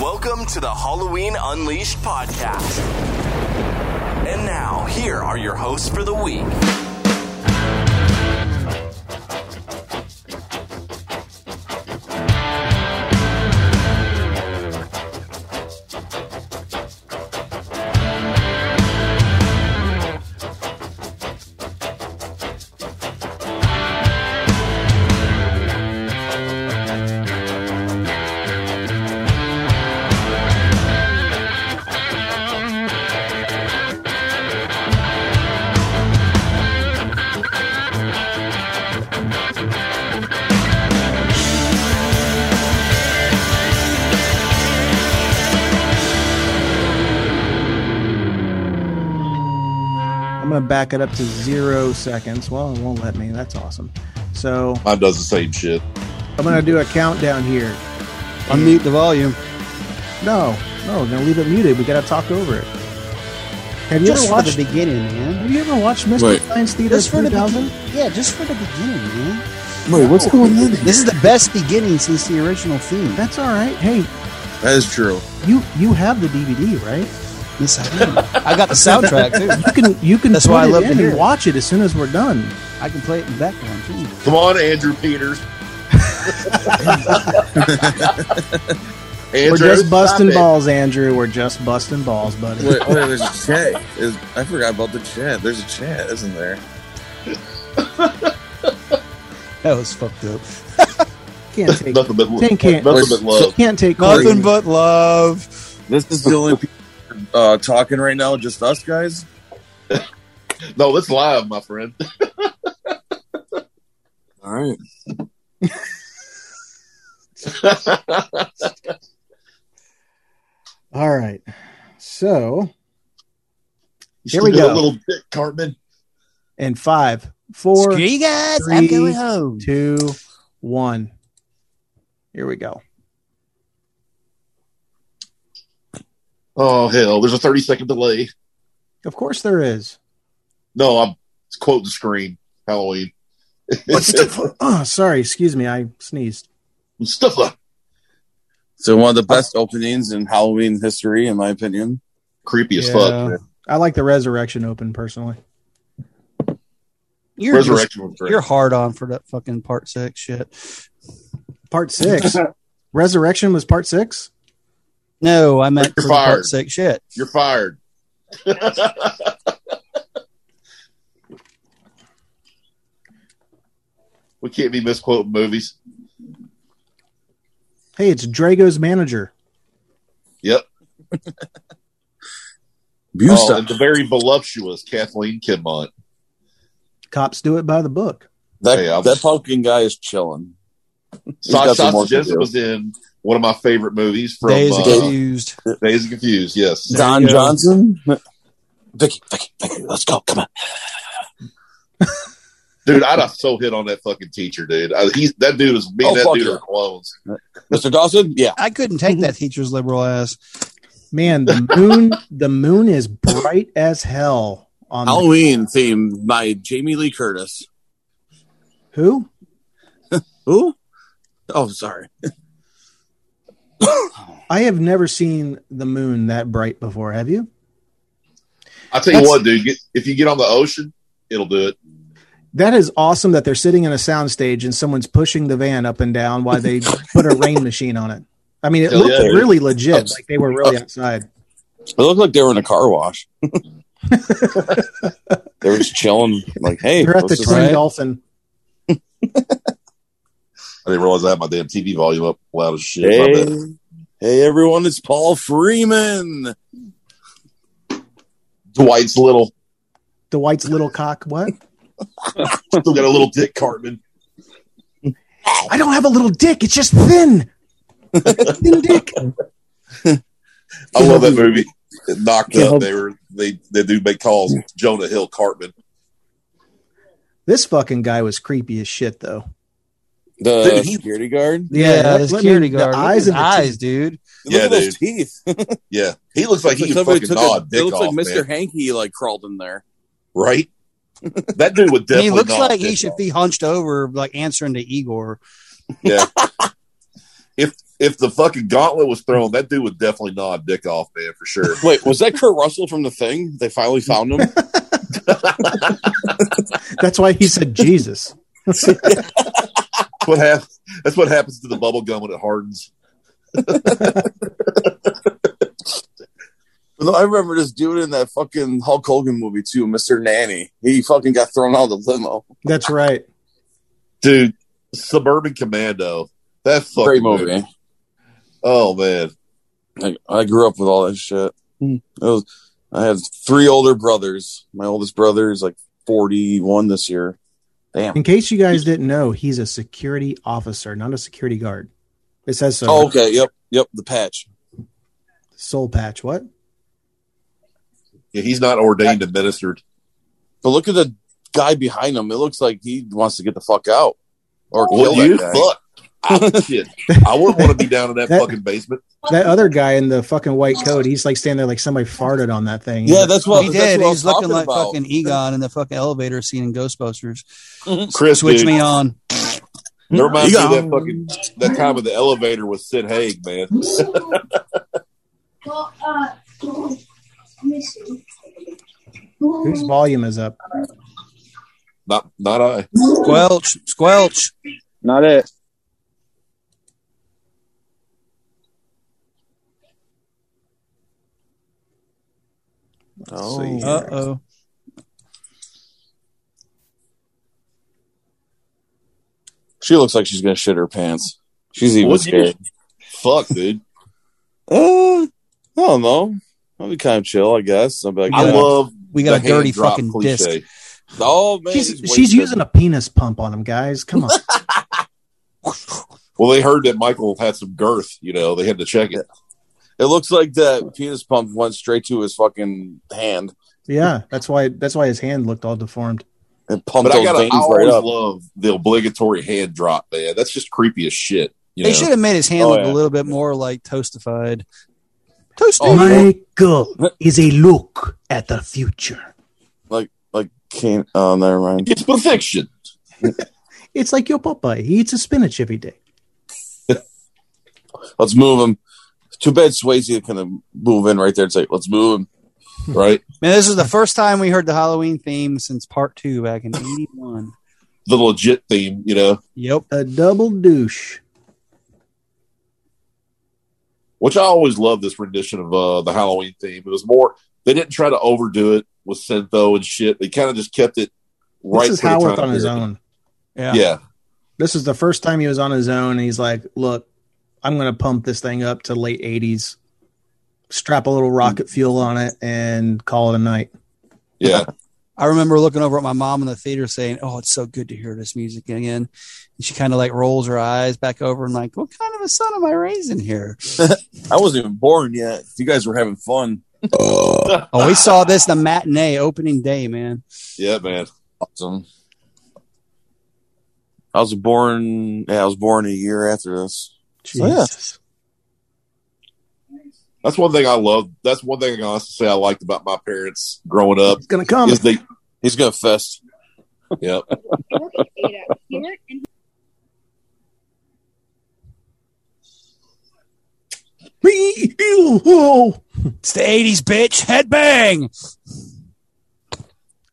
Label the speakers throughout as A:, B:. A: Welcome to the Halloween Unleashed podcast. And now, here are your hosts for the week.
B: I'm gonna back it up to zero seconds. Well, it won't let me. That's awesome. So
C: Mine does the same shit.
B: I'm gonna do a countdown here.
D: Unmute the volume.
B: No, no, I'm gonna leave it muted. We gotta talk over it. Have you
D: Just
B: ever
D: for
B: watched?
D: the beginning, man.
B: have you ever watched Mr.
C: Wait.
B: Science Theater
D: Just for the
B: 3000?
D: beginning. Yeah, just for the beginning, man.
C: Wait, what's going on?
D: This is the best beginning since the original theme.
B: That's all right. Hey,
C: That is true.
B: you you have the DVD, right?
D: Yes, I do. I got the soundtrack too.
B: You can you can
D: That's
B: put
D: why I
B: it
D: love
B: in
D: to hear
B: and
D: it.
B: watch it as soon as we're done.
D: I can play it in the background too.
C: Come on, Andrew Peters. Andrew,
B: we're just
C: stop
B: busting
C: it.
B: balls, Andrew. We're just busting balls, buddy.
E: Wait, oh, there's a chat. There's- I forgot about the chat. There's a chat, isn't there?
D: That was fucked up.
B: Can't take
C: Nothing but,
B: Ten can't-
C: nothing but love.
B: can't take
D: Nothing
B: Corey.
D: but love.
E: This is the only people uh, talking right now, just us guys.
C: No, it's live, my friend.
E: All right.
B: All right. So
C: Here
B: we go.
C: little bit, Cartman.
B: in five, four,
D: Screw you guys.
B: three,
D: I'm going home.
B: two, one. Here we go.
C: Oh hell, there's a 30 second delay.
B: Of course there is.
C: No, I'm quoting the screen. Halloween.
B: What's the? Oh, sorry. Excuse me. I sneezed.
C: Stuff up.
E: So one of the best openings in Halloween history, in my opinion.
C: Creepy as
B: Yeah.
C: fuck. man.
B: I like the resurrection open personally.
D: You're just-
C: Resurrection was great.
D: you're hard on for that fucking part six shit.
B: Part six. resurrection was part six.
D: No, I meant
C: You're
D: for the part
C: fired.
D: six shit.
C: You're fired. we can't be misquoting movies.
B: Hey, it's Drago's manager.
C: Oh,
E: Busa.
C: and the very voluptuous Kathleen Kinmont.
B: Cops do it by the book.
E: that,
C: Hey, I was-
E: that pumpkin guy is chilling.
C: Sock
E: got some more
C: Sausage
E: to
C: Jensen
E: do.
C: was in one of my favorite movies from
D: Days
C: uh,
D: confused.
C: Days of Confused. Yes,
E: Don
B: you go.
E: Johnson. Vicky, Vicky, Vicky, let's go. Come on.
C: dude, I'd have so hit on that fucking teacher, dude. I, he's, that dude is me.
E: Oh,
C: and that
E: fuck
C: dude
E: yeah.
C: are clones.
E: Mr. Dawson? Yeah.
D: I couldn't take that teacher's liberal ass.
B: Man, the moon. the moon is bright as hell. On the-
E: Halloween theme by Jamie Lee Curtis.
B: who?
E: Who? Oh, sorry.
B: I have never seen the moon that bright before. Have you?
C: I tell you
B: That's-
C: what, dude. Get, if you get on the ocean, it'll do it.
B: That is awesome that they're sitting in a soundstage and someone's pushing the van up and down while they put a rain machine on it. I mean, it
C: Hell
B: looked
C: yeah, dude.
B: really legit. Like they were really outside.
E: It looked like they were in a car wash. they were just chilling, like, hey,
B: They're at
E: what's
B: the
E: this
B: Twin
E: like?
B: Dolphin.
C: I didn't realize I had my damn TV volume up loud as shit. My bad.
E: Hey, hey, everyone, it's Paul Freeman.
C: Dwight's little
B: Dwight's little cock. What?
C: still got a little dick, Cartman.
B: I don't have a little dick. It's just thin. thin dick.
C: I love that movie. It knocked up. They were they they do make calls Jonah Hill Cartman.
B: This fucking guy was creepy as shit, though.
E: The
C: Dude, he-
E: uh, security guard.
B: Yeah, that-
D: Yeah, the
B: let me-
D: security
B: the
D: guard.
B: eyes
D: eyes
B: and the
D: eyes, dude.
C: Yeah,
E: Look at
C: dude.
E: those teeth.
C: Yeah, he looks like he
E: Looks
C: can
E: somebody
C: fucking
E: took
C: gnaw
E: a-
C: a dick
E: it looks
C: off,
E: like Mr.
C: man.
E: Hanky like crawled in there.
C: Right? That dude would definitely.
D: he looks
C: gnaw a
D: like he
C: dick
D: should
C: off.
D: be hunched over, like answering to Igor.
C: Yeah. if if the fucking gauntlet was thrown, that dude would definitely nod dick off, man, for sure.
E: Wait, was that Kurt Russell from The Thing? They finally found him.
B: That's why he said Jesus.
C: That's what hap- That's what happens to the bubble gum when it hardens.
E: But I remember this dude in that fucking Hulk Hogan movie too, Mr. Nanny. He fucking got thrown out of the limo.
B: That's right.
C: Dude, Suburban Commando. That fucking
E: Great movie.
C: Oh man,
E: Like, I grew up with all that shit.
D: Hmm.
E: It was, I have three older brothers. My oldest brother is like 41 this year. Damn.
B: In case you guys didn't know, he's a security officer, not a security guard. It says
D: Uh-huh.
B: so.
E: Oh, okay. Yep. Yep. The patch.
B: Soul patch. What?
C: yeah, he's not ordained and ministered.
E: But look at the guy behind him. It looks like he wants to get the fuck out or kill
C: Well,
E: that
C: Oh, you
E: guy.
C: fuck. I, shit, I wouldn't want to be down in that,
B: That-
C: fucking basement.
B: That other guy in the fucking white coat, he's like standing there like somebody farted on that thing.
E: Yeah, that's what
D: he
E: that's
D: did.
E: what I
D: He's
E: was
D: looking
E: talking
D: like
E: about.
D: fucking Egon in the fucking elevator scene in Ghostbusters.
C: Chris,
D: Switch
C: dude,
D: me on.
C: That reminds me of
E: Egon.
C: that fucking that time with the elevator with Sid Haig, man.
F: Well, uh, well, Missy.
B: Whose volume is up?
C: Not not I.
D: Squelch, squelch.
G: Not it.
B: Let's see here.
D: Uh oh.
E: She looks like she's gonna shit her pants. She's even
C: What'd you-
E: scared.
C: Fuck, dude.
E: Uh, I don't know. I'll be kind of chill, I guess. I'll be like,
C: I
E: yeah.
C: love
D: We got a
C: the hand
D: dirty
C: drop
D: fucking
C: cliche.
D: disc.
E: oh man,
B: She's,
E: he's
B: she's
E: wasted.
B: using a penis pump on him, guys. Come on.
C: Well, they heard that Michael had some girth. You know, they had to check it.
E: It looks like that penis pump went straight to his fucking hand.
B: yeah, that's why that's why his hand looked all deformed.
E: It pumped
C: But I
E: those
C: gotta,
E: veins
C: I
E: right
C: always
E: up.
C: love the obligatory hand drop, man. That's just creepy as shit. You know?
D: They should have made his hand
E: Oh,
D: look
E: yeah.
D: a little bit more like toastified. Toasted.
E: Oh,
B: Michael is a look at the future.
E: Like can't. Oh, never mind.
C: It's perfection.
B: It's like your Popeye. He eats a spinach every day.
E: Let's move him. Too bad Swayze can move in right there and say, "Let's move him."
C: right?
D: Man, this is the first time we heard the Halloween theme since part two back in '81.
C: The legit theme, you know,
D: yep.
B: A double douche.
C: which I always love this rendition of uh, the Halloween theme. It was more, they didn't try to overdo it with syntho and shit. They kind of just kept it right.
B: this is
C: for the
B: Howarth
C: time
B: on his
C: period.
B: own.
D: Yeah.
C: Yeah.
B: This is the first time he was on his own, and he's like, "Look, I'm going to pump this thing up to late '80s, strap a little rocket fuel on it, and call it a night."
C: Yeah.
D: I remember looking over at my mom in the theater saying, "Oh, it's so good to hear this music again." And she kind of like rolls her eyes back over and like, "What kind of a son am I raising here?"
E: I wasn't even born yet. You guys were having fun.
D: Oh, we saw this the matinee opening day, man.
C: Yeah, man.
E: Awesome. I was born. Yeah, I was born a year after this.
B: Jesus.
C: That's one thing I love. That's one thing I can honestly say I liked about my parents growing up
B: It's gonna come.
C: is they,
E: He's gonna fest.
C: yeah.
D: It's the '80s, bitch. Headbang.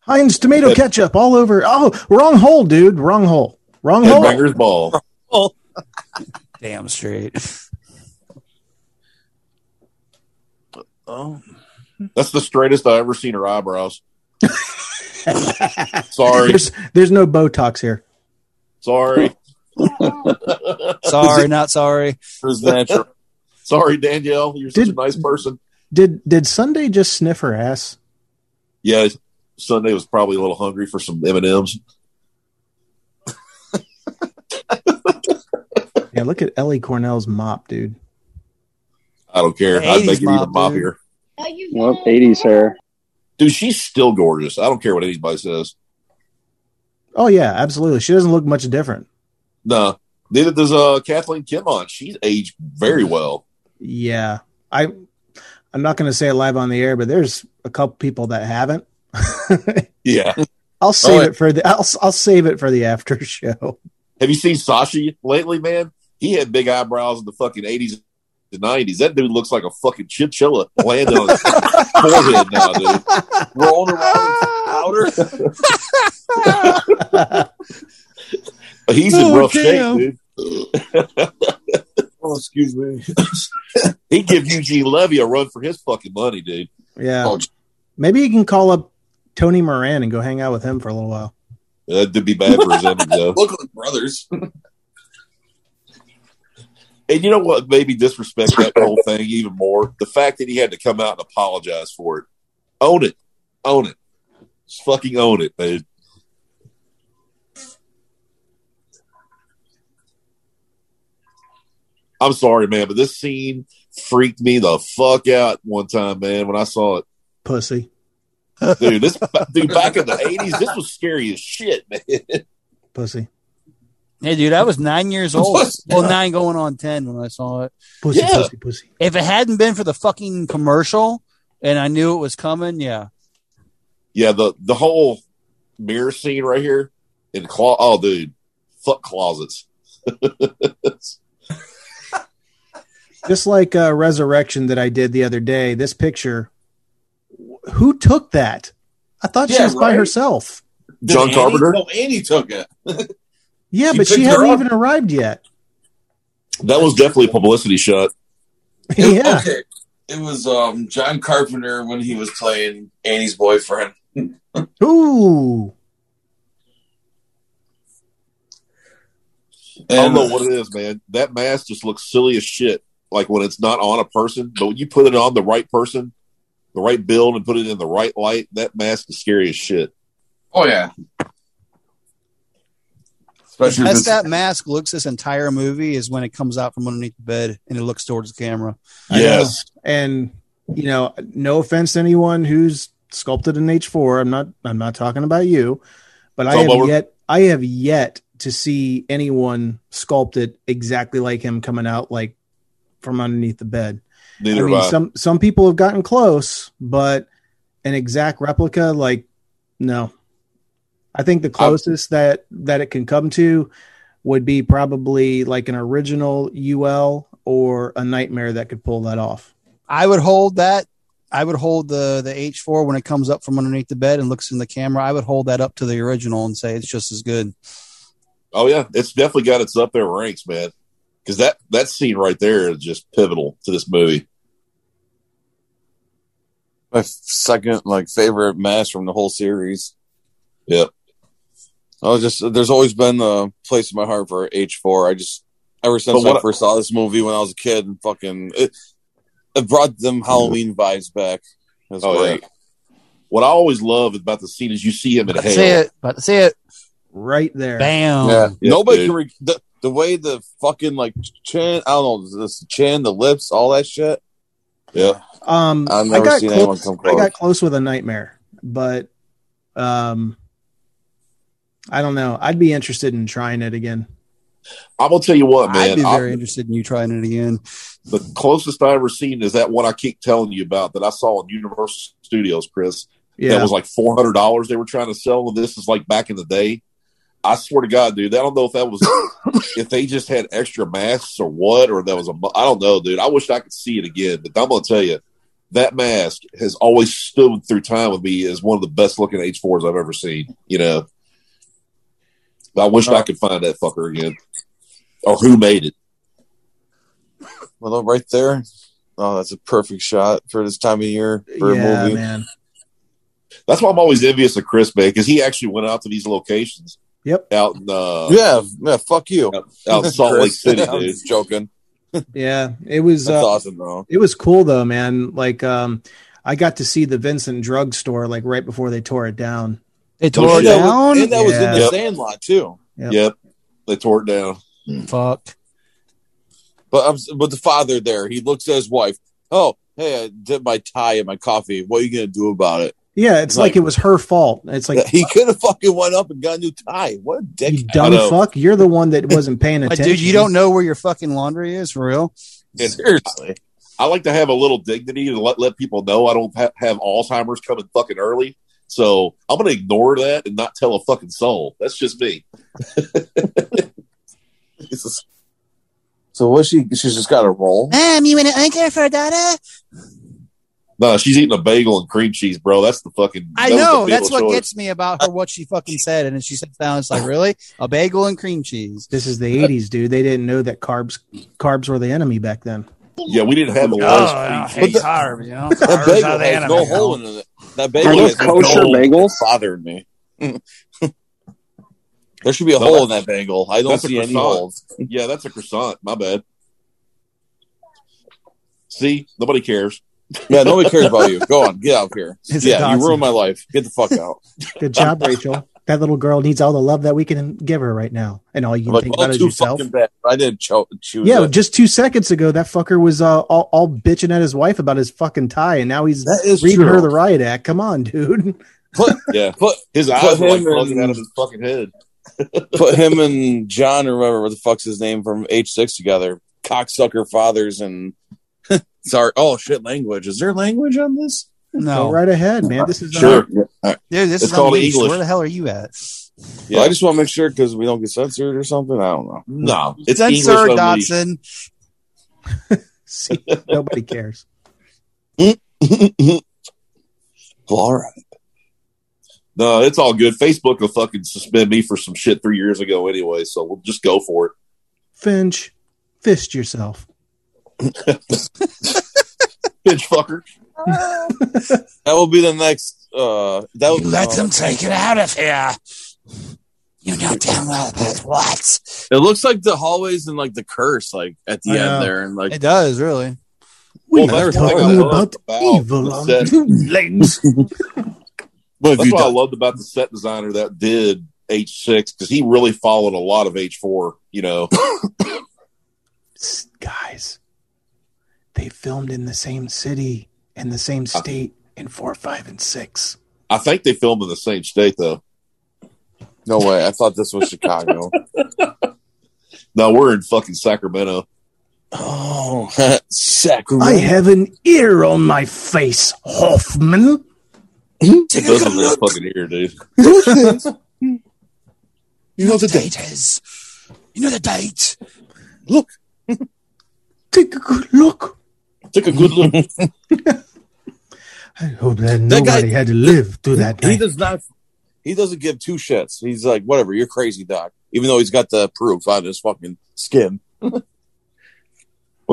B: Heinz tomato ketchup all over. Oh, wrong hole, dude. Wrong hole. Wrong hole.
C: Headbangers ball.
D: Damn straight.
E: Oh,
C: That's the straightest I ever seen her eyebrows. Sorry,
B: There's there's no Botox here.
C: sorry,
D: Sorry, not sorry.
E: it was natural.
C: sorry, Danielle. You're such
B: Did-
C: a nice person.
B: Did did Sunday just sniff her ass?
C: Yeah, Sunday was probably a little hungry for some M and M's.
B: Yeah, look at Ellie Cornell's mop, dude.
C: I don't care.
D: The
C: I'd
D: 80s
C: make her even
D: mop, dude.
C: moppier.
G: Well, 80s hair.
C: Dude, she's still gorgeous. I don't care what anybody says.
B: Oh yeah, absolutely. She doesn't look much different.
C: No, neither does uh, Kathleen Kimmon. She's aged very well.
B: Yeah, I I'm not gonna say it live on the air, but there's a couple people that haven't.
C: Yeah.
B: I'll save
E: yeah.
B: it for the I'll I'll save it for the after show.
C: Have you seen Sashi lately, man? He had big eyebrows in the fucking 80s and 90s. That dude looks like a fucking chinchilla landed on his forehead now, dude.
E: rolling around in powder.
C: He's in
D: Oh,
C: rough
D: damn.
C: shape, dude.
E: Oh, excuse me.
C: He'd give Eugene Levy a run for his fucking money, dude.
B: Yeah.
E: Oh,
B: Maybe he can call up Tony Moran and go hang out with him for a little while.
C: That'd be bad for his image, though.
E: Look like brothers.
C: And you know what? Maybe disrespect that whole thing even more. The fact that he had to come out and apologize for it. Own it. Own it. Just fucking own it, dude. I'm sorry, man, but this scene freaked me the fuck out one time, man, when I saw it.
B: Pussy.
C: Dude, this dude back in the 80s, this was scary as shit, man.
B: Pussy.
D: Hey, dude, I was nine years old.
E: What?
D: well, nine going on ten when I saw it.
B: Pussy,
C: Yeah.
B: pussy, pussy.
D: If it hadn't been for the fucking commercial and I knew it was coming, yeah.
C: yeah, the the whole mirror scene right here in clo Oh, dude, fuck closets.
B: Just like uh, Resurrection that I did the other day, this picture, wh- who took that? I thought she
E: Yeah,
B: was by
E: right.
B: herself.
C: John
E: Annie-
C: Carpenter?
E: No, Annie took it.
B: Yeah,
E: She
B: but she
E: picked her
B: hasn't
E: up.
B: even arrived yet.
C: That was definitely a publicity shot.
E: It-
B: yeah.
E: Okay. It was um, John Carpenter when he was playing Annie's boyfriend.
B: Ooh.
C: I don't
E: And
C: know what it is, man. That mask just looks silly as shit. Like when it's not on a person, but when you put it on the right person, the right build, and put it in the right light, that mask is scary as shit.
E: oh yeah. Especially if
D: That's
E: it's-
D: that mask looks this entire movie is when it comes out from underneath the bed and it looks towards the camera.
B: I
C: yes,
B: and you know no offense to anyone who's sculpted an h4 i'm not i'm not talking about you but i
C: Tom
B: have
C: Lower?
B: yet i have yet to see anyone sculpted exactly like him coming out like from underneath the bed
C: neither
B: i
C: have
B: mean
C: I.
B: some some people have gotten close but an exact replica like no i think the closest that that it can come to would be probably like an original ul or a nightmare that could pull that off
D: I would hold that. I would hold the the H four when it comes up from underneath the bed and looks in the camera. I would hold that up to the original and say it's just as good.
C: Oh yeah, it's definitely got its up there ranks, man. Because that that scene right there is just pivotal to this movie.
E: my second like favorite mask from the whole series.
C: Yep.
E: I was just there's always been a place in my heart for H four. I just ever since
C: But what-
E: I first saw this movie when I was a kid and fucking it, it brought them Halloween vibes back. That's
C: Oh,
E: great.
C: What I always love about the scene is you see him in
D: That's
C: hell.
D: it. But that's it.
B: right there.
D: Bam.
E: yeah,
C: Yeah,
E: Um, nobody
C: dude.
E: can. Re- the, the way the fucking like chin, I don't know, this chin, the lips, all that shit.
C: Yeah,
B: Um,
E: I've
B: I
E: never
B: got
E: seen anyone
B: close.
E: come
B: I
E: close.
B: got close with a nightmare, but um, I don't know. I'd be interested in trying it again.
C: I'm gonna tell you what, man.
D: I'd be
C: I-
D: very interested in you trying it again.
C: the closest I ever seen is that one I keep telling you about that I saw in Universal Studios, Chris. That
B: Yeah,
C: was like four hundred dollars they were trying to sell, and this is like back in the day. I swear to God, dude, I don't know if that was if they just had extra masks or what, or that was a mu- I don't know, dude. I wish I could see it again, but I'm gonna tell you that mask has always stood through time with me as one of the best looking H fours I've ever seen. You know, I wish
D: Uh,
C: I could find that fucker again, or who made it.
E: Well, right there. Oh, that's a perfect shot for this time of year for
B: yeah,
E: a movie.
B: man.
C: That's why I'm always envious of Chris, man, because he actually went out to these locations.
B: Yep.
C: Out in uh,
E: Yeah, yeah, fuck you.
C: out in Salt Lake
E: Chris.
C: City,
E: I'm
C: dude.
E: just joking.
B: Yeah, it was.
E: That's
B: Uh,
E: awesome, though.
B: It was cool though, man. Like, um, I got to see the Vincent Drug Store like right before they tore it down.
D: They tore it
E: and that was-
D: down.
E: and that was in the
C: Yeah.
E: Sandlot too.
B: Yep.
C: Yep. They tore it down.
D: Fuck.
E: But I'm, s- but the father there, he looks at his wife. Oh, hey, I did my tie in my coffee. What are you gonna do about it?
B: Yeah, it's like,
E: Like-
B: it was her fault. It's like
E: he could have fucking went up and got a new tie. What a
B: you
E: dick!
B: dumb
C: I know.
B: fuck. You're the one that wasn't paying
D: Like,
B: attention.
D: dude, you don't know where your fucking laundry is for real.
C: And-
E: Seriously,
C: I like to have a little dignity and let, let people know I don't ha- have Alzheimer's coming fucking early. So I'm going to ignore that and not tell a fucking soul. That's just me.
E: Jesus. So what she? She's just got a roll.
D: Mom, you want an anchor for a daughter?
C: No, she's eating a bagel and cream cheese, bro. That's the fucking.
D: I
C: that was
D: know.
C: the
D: That's
C: Beatles
D: what
C: choice.
D: gets me about her, what she fucking said. And then she sits down. It's like, really? A bagel and cream cheese.
B: This is the '80s, dude. They didn't know that carbs carbs were the enemy back then.
C: Yeah, we didn't
E: Oh,
C: have a lot of cream cheese.
D: carbs, you know?
E: That bagel has no hole in it. That
G: Are
E: bagel
G: those
E: has no
G: kosher
E: hole.
G: bagels?
E: Bothered me. there should be a
C: No,
E: hole
C: that's-
E: in that bagel. I don't
C: that's a
E: see any
C: croissant.
E: holes.
C: Yeah, that's a croissant. My bad. See, nobody cares.
E: Yeah, nobody cares about you. Go on, get out of here.
B: It's a
E: yeah, you
B: toxin.
E: ruined my life. Get the fuck out.
B: Good job, Rachel. That little girl needs all the love that we can give her right now, and all you
E: I'm
B: can
E: like,
B: think
E: oh,
B: about is
E: too
B: yourself.
E: fucking bad. I didn't cho- choose.
B: Yeah,
E: it.
B: just two seconds ago, that fucker was uh, all, all bitching at his wife about his fucking tie, and now he's
E: that is
B: reading
E: true.
B: her the riot act. Come on, dude.
C: Yeah,
E: Put
C: his
E: Put
C: eyes were like
E: him
C: bugging
E: in-
C: out of his fucking head.
E: put him and John or whatever what the fuck's his name from H six together. Cocksucker fathers and sorry. Oh shit, language. Is there language on this?
B: Go
D: No.
B: right ahead, man. This is uh,
C: Sure.
D: Dude, this
E: It's
D: is
E: called
D: unleashed.
E: English.
D: Where the hell are you at?
E: Yeah, I just want to make sure because we don't get censored or something. I don't know.
C: No, it's
D: Censor
C: English unleashed.
D: Dotson.
B: See, nobody cares.
E: Well, all right.
C: No, it's all good. Facebook will fucking suspend me for some shit three years ago anyway, so we'll just go for it.
B: Finch, fist yourself.
C: Bitch fucker.
E: That will be the next. Uh, that will, uh,
D: take it out of here. You know damn well that's what.
E: It looks like the hallways and like the curse, like at
B: I
E: the end
B: know.
E: there, and like
D: It does, really.
B: We
C: Well,
B: are
C: that's one thing I
B: talking about
C: loved about
B: evil
C: the
B: on
C: set.
B: two legs.
E: What have
C: That's
E: you
C: what I
E: done?
C: loved about the set designer that did H6 because he really followed a lot of H4. You know,
B: S- Guys, they filmed in the same city and the same
C: Uh.
B: state in four, five, and six.
C: I think they filmed in the same state though.
E: No way. I thought this was Chicago.
C: No, we're in fucking Sacramento.
E: oh,
B: I
E: Sacramento.
B: have an ear on my face, Hoffman.
E: Take
C: This is that fucking here, dude.
E: You know the date.
D: is. You know the date.
B: Take a good look.
C: Took a good look.
B: I hope that,
E: That guy-
B: nobody had to live through that
E: He
B: night.
E: does not. He doesn't give two shits. He's like, whatever. You're crazy, doc. Even though he's got the proof on his fucking skin.
C: Well,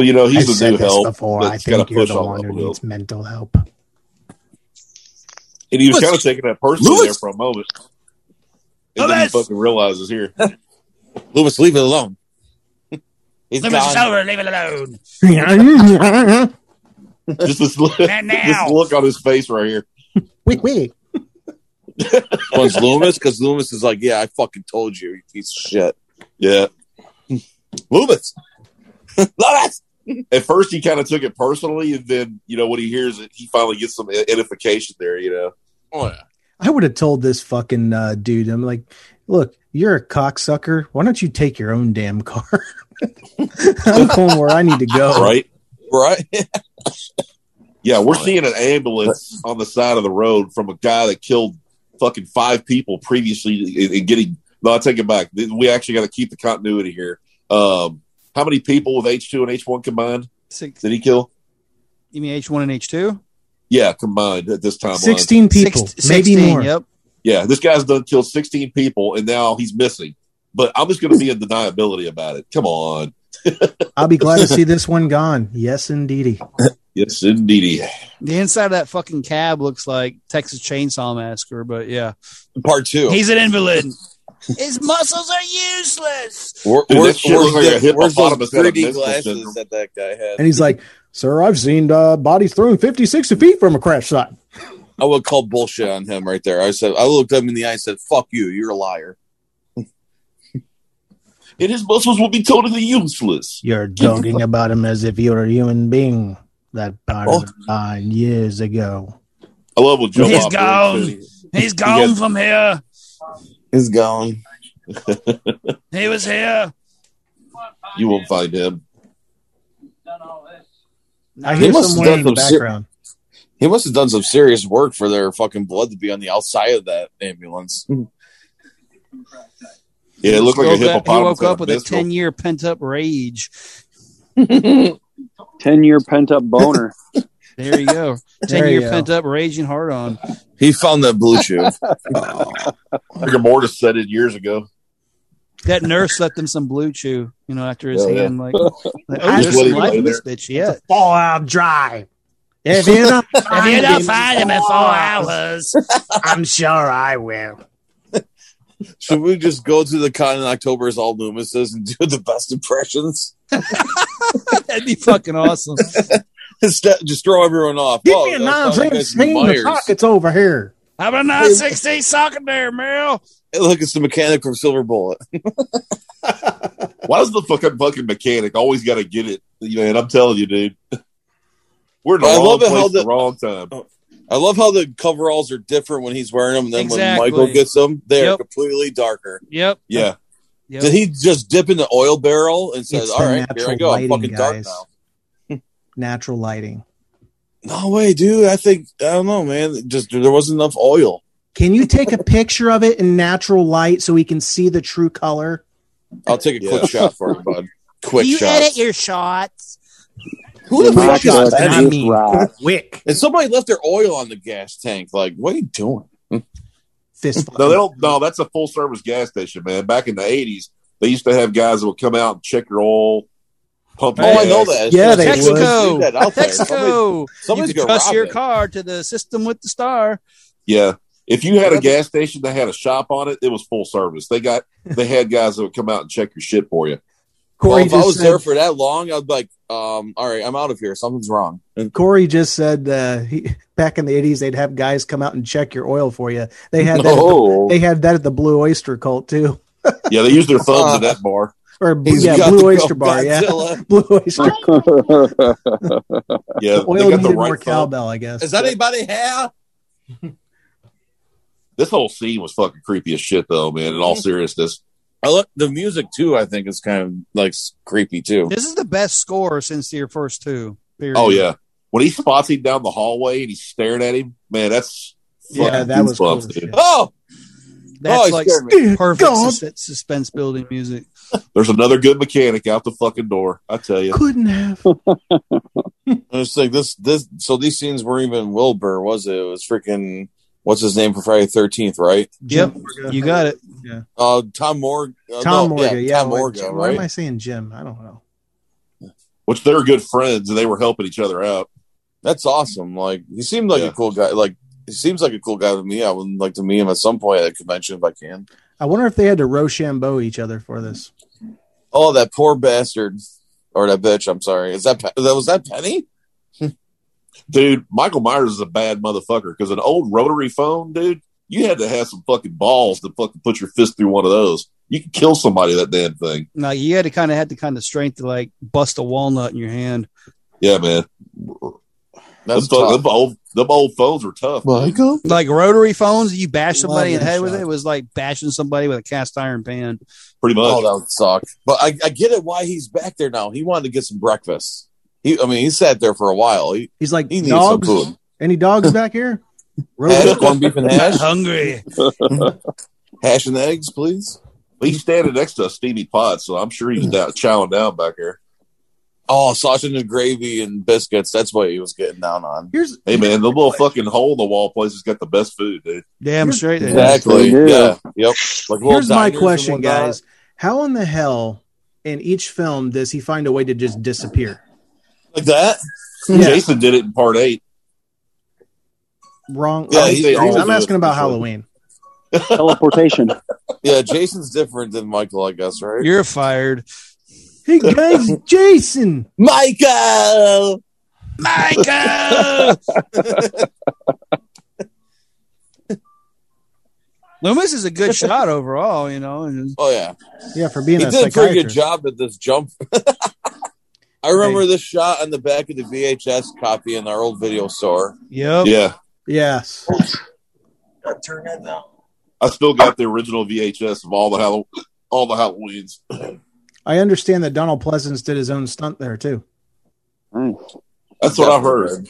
C: you know,
B: I
C: he's the
B: said
C: new
B: this
C: help.
B: before.
C: that's
B: I
C: gotta
B: think you're
C: push
B: the
C: all
B: one
C: that
B: who
C: will.
B: needs mental help.
C: And he was
E: Lewis.
C: kind of taking that personally
E: Lewis.
C: there for a moment. And then he
E: Lewis.
C: fucking realizes here.
E: Lewis, leave it alone. He's gone.
D: Leave it alone.
B: wait,
C: Just this look, this look on his face right here.
B: wait.
E: One's Loomis because Loomis is like, yeah, I fucking told you, you piece of shit.
C: Yeah.
E: Loomis. Loomis.
C: At first, he kind of took it personally. And then, you know, when he hears it, he finally gets some edification there, you know.
E: Oh, yeah.
B: I would have told this fucking uh, dude, I'm like, look, you're a cocksucker. Why don't you take your own damn car? I'm going where I need to go.
C: Right?
E: Right.
C: Yeah, we're seeing an ambulance on the side of the road from a guy that killed fucking five people previously and getting. No, I take it back. We actually got to keep the continuity here. Um, how many people with H two and H one combined
D: Six,
C: did he kill?
D: you mean H1 and H2?
C: Yeah, combined at this time.
B: 16 people,
D: Sixt-
B: maybe
D: 16,
B: more.
D: Yep.
C: Yeah, this guy's done killed sixteen people, and now he's missing. But I'm just going to be in deniability about it. Come on,
B: I'll be glad to see this one gone. Yes, indeedy.
C: yes, indeed.
D: The inside of that fucking cab looks like Texas Chainsaw Massacre, but yeah.
E: Part two.
D: He's an invalid. His muscles are useless.
E: Where-
C: Dude,
E: where's-
C: that shit
E: where's
C: looks like a
E: the- where's
C: hippopotamus
E: those
C: had a
E: 3D
C: mental
E: glasses
C: syndrome.
E: that that guy had?
B: And he's like, Sir, I've seen uh, bodies thrown 50, 60 feet from a crash site.
E: I would call bullshit on him right there. I said, I looked him in the eye and said, "Fuck you, you're a liar."
C: And his muscles will be totally useless.
B: You're joking about him as if you're a human being. That part
E: Oh.
B: of nine years ago.
C: I love what Joe.
D: He's
C: Bob
D: gone.
C: did, too.
D: He's
C: gone got-
D: from here.
E: He's gone.
D: He was here.
C: You won't find him.
B: I
E: He
B: hear
E: must have
B: someone
E: done
B: in the
E: some ser-
B: background.
E: He must have done some serious work for their fucking blood to be on the outside of that ambulance.
C: Yeah, it looked like a
D: Woke up-
C: hippopotamus.
D: He woke
C: had
D: up with a
C: mental-
D: 10 year pent up rage.
G: Ten year pent up boner.
D: There you go.
B: There
D: Ten
B: you
D: year
B: go.
D: pent up, raging hard on.
E: he found that blue chew.
C: Rigor mortis said it years ago.
D: That nurse left him some blue chew, you know, after his
E: Oh,
C: Yeah, yeah.
D: hand. Like, like,
B: Just
D: oh, there's
C: let
D: some
C: him
D: life
C: lay
D: in this bitch yet.
B: Fall out dry. If you don't find him,
D: hours,
B: I'm sure I will.
E: Should we just go to the con in October as all Loomises and do the best impressions?
D: that'd be fucking awesome.
E: Instead, just throw everyone off.
B: Give
E: Oh,
B: me a
E: that's
B: nine
E: all you
B: cent
E: guys
B: scene. The
E: admires.
B: pocket's over here.
D: Have a nine sixteen socket there, Meryl.
E: Hey, Look, it's the mechanic from Silver Bullet.
C: Why does the fucking fucking mechanic always got to get it? You know, and I'm telling you, dude, we're in the
E: I
C: wrong
E: love it
C: place,
E: how
C: at the
E: the- Oh,
C: wrong time.
E: I love how the coveralls are different when he's wearing them, and then
D: Exactly.
E: when Michael gets them, they are
D: Yep.
E: completely darker.
D: Yep.
E: Yeah.
D: Yep.
E: Did he just dip in the oil barrel and says,
B: It's
E: "All
B: the
E: right, here I
B: natural
E: go. I'm
B: lighting,
E: fucking dark
B: guys.
E: now."
B: Natural lighting.
E: No way, dude. I think I don't know, man. Just there wasn't enough oil.
B: Can you take a picture of it in natural light so we can see the true color?
E: I'll take a quick
C: Yeah.
E: shot for it, bud. Quick shot.
D: your shots?
E: Who the
G: Not
E: fuck is
G: just-
E: that?
G: I
B: I
G: mean,
B: mean,
G: right.
B: quick
E: And somebody left their oil on the gas tank. Like, what are you doing?
B: fist.
C: No, they don't. No, that's a full service gas station, man. Back in the '80s, they used to have guys that would come out and check your oil, pump. your
E: Oh, I
C: gas.
E: know that.
B: Yeah, they
E: Texaco.
D: would.
E: Leave that out there. Somebody-
D: Texaco.
E: Somebody's
D: you can
E: gonna
D: trust
E: rob
D: your
E: it.
D: car to the system with the star.
C: Yeah. If you had a gas station that had a shop on it, it was full service. They got they had guys that would come out and check your shit for you.
E: Well,
B: Corey
E: if I
B: just
E: was there
B: said,
E: for that long, I'd be like, um, all right, I'm out of here. Something's wrong.
B: Corey just said uh, he, back in the eighties they'd have guys come out and check your oil for you. They had that. at the-
E: No.
B: they had that at the Blue Oyster Cult too,
C: Yeah, they use their thumbs in that bar.
B: or
E: He's
B: yeah,
E: got
B: Blue
E: the
B: Oyster
E: girl
B: Bar. Yeah,
E: Godzilla.
B: Blue Oyster.
C: Yeah,
B: Oil
C: they got
B: needed
C: the
B: more
C: right thumb.
B: cowbell, I guess.
E: Is that anybody here?
C: This whole scene was fucking creepy as shit, though, man. In all seriousness,
E: I look, the music too. I think is kind of like s- creepy too.
D: This is the best score since your first two. Period.
C: oh yeah, when he spots him down the hallway and he's staring at him, man, that's
B: Yeah,
C: fucking
B: that was cool
C: goosebumps,
B: as
C: dude.
B: shit.
E: Oh,
D: That's
E: Oh, he
D: like
E: scared
D: perfect
B: God.
D: sus- suspense building music.
C: There's another good mechanic out the fucking door. I tell you,
B: Couldn't have.
E: And it's like this. This. So these scenes weren't even Wilbur, was it? It was freaking what's his name for Friday Thirteenth, right?
D: Yep, you got it.
E: Uh, Tom Morgan.
B: Tom Morgan. Yeah,
E: Tom
B: why-
E: Morgan.
B: Why am
E: Right.
B: I saying Jim? I don't know.
C: which they're good friends and they were helping each other out.
E: That's awesome. Like he seemed like
C: Yeah.
E: a cool guy. Like he seems like a cool guy to me. I would like to meet him at some point at a convention if I can.
B: I wonder if they had to Rochambeau each other for this.
E: Oh, that poor bastard or that bitch. I'm sorry. Is that Pe- that was that Penny?
C: Dude, Michael Myers is a bad motherfucker because an old rotary phone, dude, you had to have some fucking balls to fucking put your fist through one of those. You could kill somebody with that damn thing.
D: Like you had to kind of had the kind of strength to like bust a walnut in your hand.
C: Yeah, man. Them,
E: That's
C: fu-
E: tough.
C: them old, them old phones were tough.
E: Michael.
D: Like rotary phones, you bash somebody in the
E: Walnut
D: head with
E: shot.
D: it. It was like bashing somebody with a cast iron pan.
C: Pretty much.
E: Oh, that would suck. But I, I get it why he's back there now. He wanted to get some breakfast. He, I mean, he sat there for a while. He,
B: He's like
E: he needs
B: dogs.
E: some food.
B: Any dogs back here?
E: Hash,
B: Really?
E: corned beef and hash.
D: Hungry.
E: Hash and eggs, please.
C: He's standing next to a steamy pot, so I'm sure he's down, chowing down back here.
E: Oh, sausage and gravy and biscuits. That's what he was getting down on.
B: Here's
C: Hey, man, the little fucking hole in the wall place has got the best food, dude.
D: Damn straight. they did.
E: Exactly.
G: Yes, they do.
E: Yeah. Yep. Like little
B: here's my
E: diners and
B: question,
E: whatnot.
B: guys. How in the hell in each film does he find a way to just disappear?
E: Like that?
C: Jason did it in part eight.
B: Wrong.
E: Yeah,
B: I'm-
E: he- they all
B: I'm
C: do
B: asking
C: it,
B: about
C: for sure.
B: Halloween.
G: Teleportation.
E: Yeah. Jason's different than Michael, I guess, right?
D: You're fired.
B: Hey guys, Jason.
E: Michael.
D: Michael. Loomis is a good shot overall, you know. And
E: Oh yeah.
B: Yeah, for being
E: He
B: a
E: did a pretty good
B: psychiatrist.
E: job at this jump. I remember this shot on the back of the VHS copy in our old video store.
D: yep,
C: Yeah.
B: Yes.
C: I still got the original VHS of all the Hall- all the Halloweens.
B: I understand that Donald Pleasance did his own stunt there too.
G: Nice.
C: That's what I heard.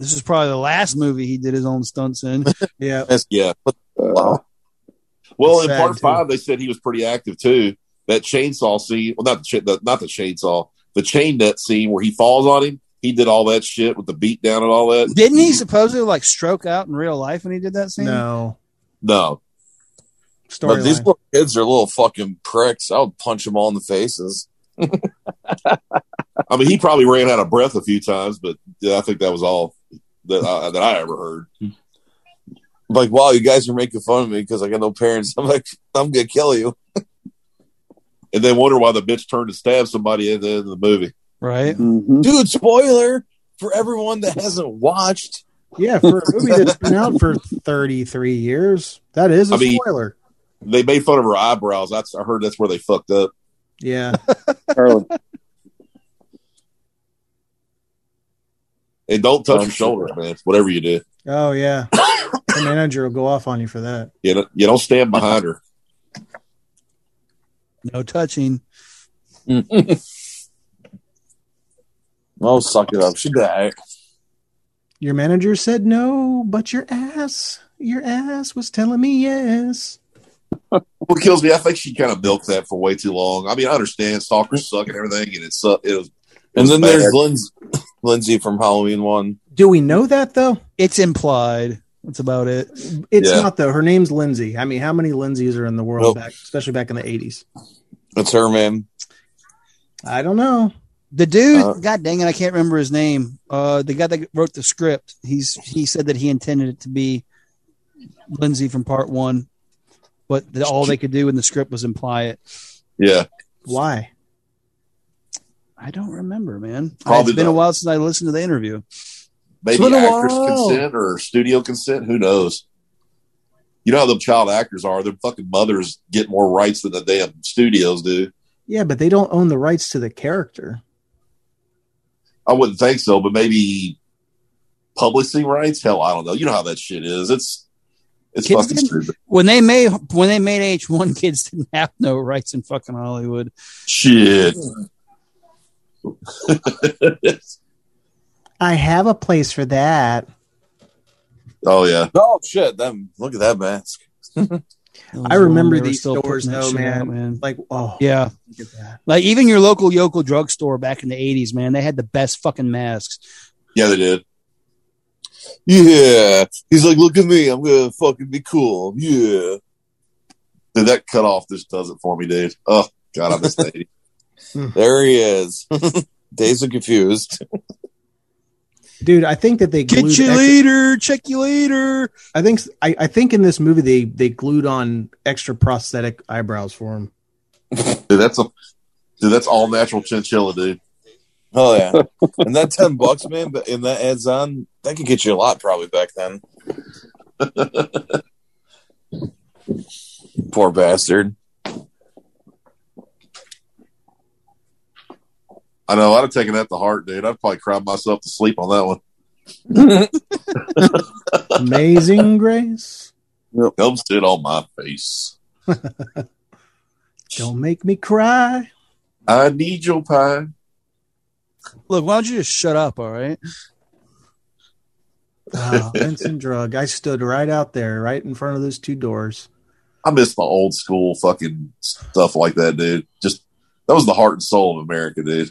D: this is probably the last movie he did his own stunts in.
B: Yeah.
E: That's-
C: Yeah.
G: Uh,
C: Well,
B: It's
C: in
B: sad,
C: part
B: too.
C: five, they said he was pretty active too. that chainsaw scene. Well, not the, cha- the not the chainsaw, the chain nut scene where he falls on him. He did all that shit with the beat down and all that.
D: Didn't he supposedly like stroke out in real life when he did that scene?
B: No
C: No,
E: But these
B: storyline.
E: little kids are little fucking pricks. I would punch them all in the faces.
C: I mean he probably ran out of breath a few times, but yeah, I think that was all that I, that I ever heard.
E: Like, wow, you guys are making fun of me because I got no parents. I'm like, I'm gonna kill you.
C: And then wonder why the bitch turned to stab somebody at the end of the movie.
D: Right?
G: hmm
E: Dude, spoiler for everyone that hasn't watched.
B: Yeah, for a movie that's been out for 33 years, that is a
C: I mean-
B: spoiler.
C: They made fun of her eyebrows. That's I heard that's where they fucked up.
B: Yeah,
G: Charlie.
C: And don't touch
E: Oh,
C: your
E: sure.
C: shoulder, man. Whatever you do,
B: Oh yeah, the manager will go off on you for that.
C: you don't, you don't stand behind her.
D: No touching.
E: Oh, suck it up. She died.
B: Your manager said no, but your ass, your ass was telling me yes.
C: What kills me, I think she kind of milked that for way too long. I mean, I understand stalkers suck and everything, and it suck. It was, it
E: Mm-hmm.
C: was
E: And then
C: bad.
E: there's Lindsay, Lindsay from Halloween One.
B: Do we know that though?
D: It's implied. That's about it.
B: It's
E: Yeah.
B: not though. Her name's Lindsay. I mean, how many Lindsays are in the world
E: Nope.
B: back, especially back in the eighties?
E: That's her man.
B: I don't know.
D: The dude,
E: Uh,
D: god dang it, I can't remember his name. Uh the guy that wrote the script, he's he said that he intended it to be Lindsay from part one, but that all they could do in the script was imply it.
C: yeah,
B: Why?
D: I don't remember, man.
C: Probably
D: it's been a
C: not.
D: while since I listened to the interview.
C: maybe
E: been a
C: actress
E: while.
C: consent or studio consent. Who knows? You know how them child actors are. Their fucking mothers get more rights than the damn studios do.
B: Yeah, but they don't own the rights to the character.
C: I wouldn't think so, but maybe publishing rights. Hell, I don't know. You know how that shit is. It's it's
D: Kids
C: fucking
D: didn't-
C: stupid.
D: When they made when they made H one, kids didn't have no rights in fucking Hollywood.
C: Shit.
B: I have a place for that.
C: oh yeah.
E: Oh shit! Them look at that mask.
B: I remember
D: They were
B: these
D: still putting
B: stores,
D: that
B: though,
D: shit
B: man.
D: out, man.
B: Like, oh,
D: Yeah.
B: look at that.
D: Like even your local Yoko drugstore back in the eighties, man, they had the best fucking masks.
C: Yeah, they did.
E: Yeah, he's like, look at me. I'm gonna fucking be cool. Yeah.
C: Dude, that cut off just does it for me, dude. Oh god, I miss that.
E: There he is. Days of confused.
B: dude. I think that they glued
D: Get you
B: extra-
D: later, check you later.
B: I think I, I think in this movie they they glued on extra prosthetic eyebrows for him.
C: Dude, that's a dude. That's all natural chinchilla, dude.
E: Oh yeah. and that ten bucks, man, but and that adds on, that could get you a lot probably back then. Poor bastard.
C: I know. I'd have taken that to heart, dude. I'd probably cried myself to sleep on that one.
B: Amazing Grace,
C: Come sit on my face.
B: don't make me cry.
C: I need your pie.
D: Look, why don't you just shut up, all right?
B: Wow, Vincent Ah, Drug. I stood right out there, right in front of those two doors.
C: I miss the old school fucking stuff like that, dude. Just that was the heart and soul of America, dude.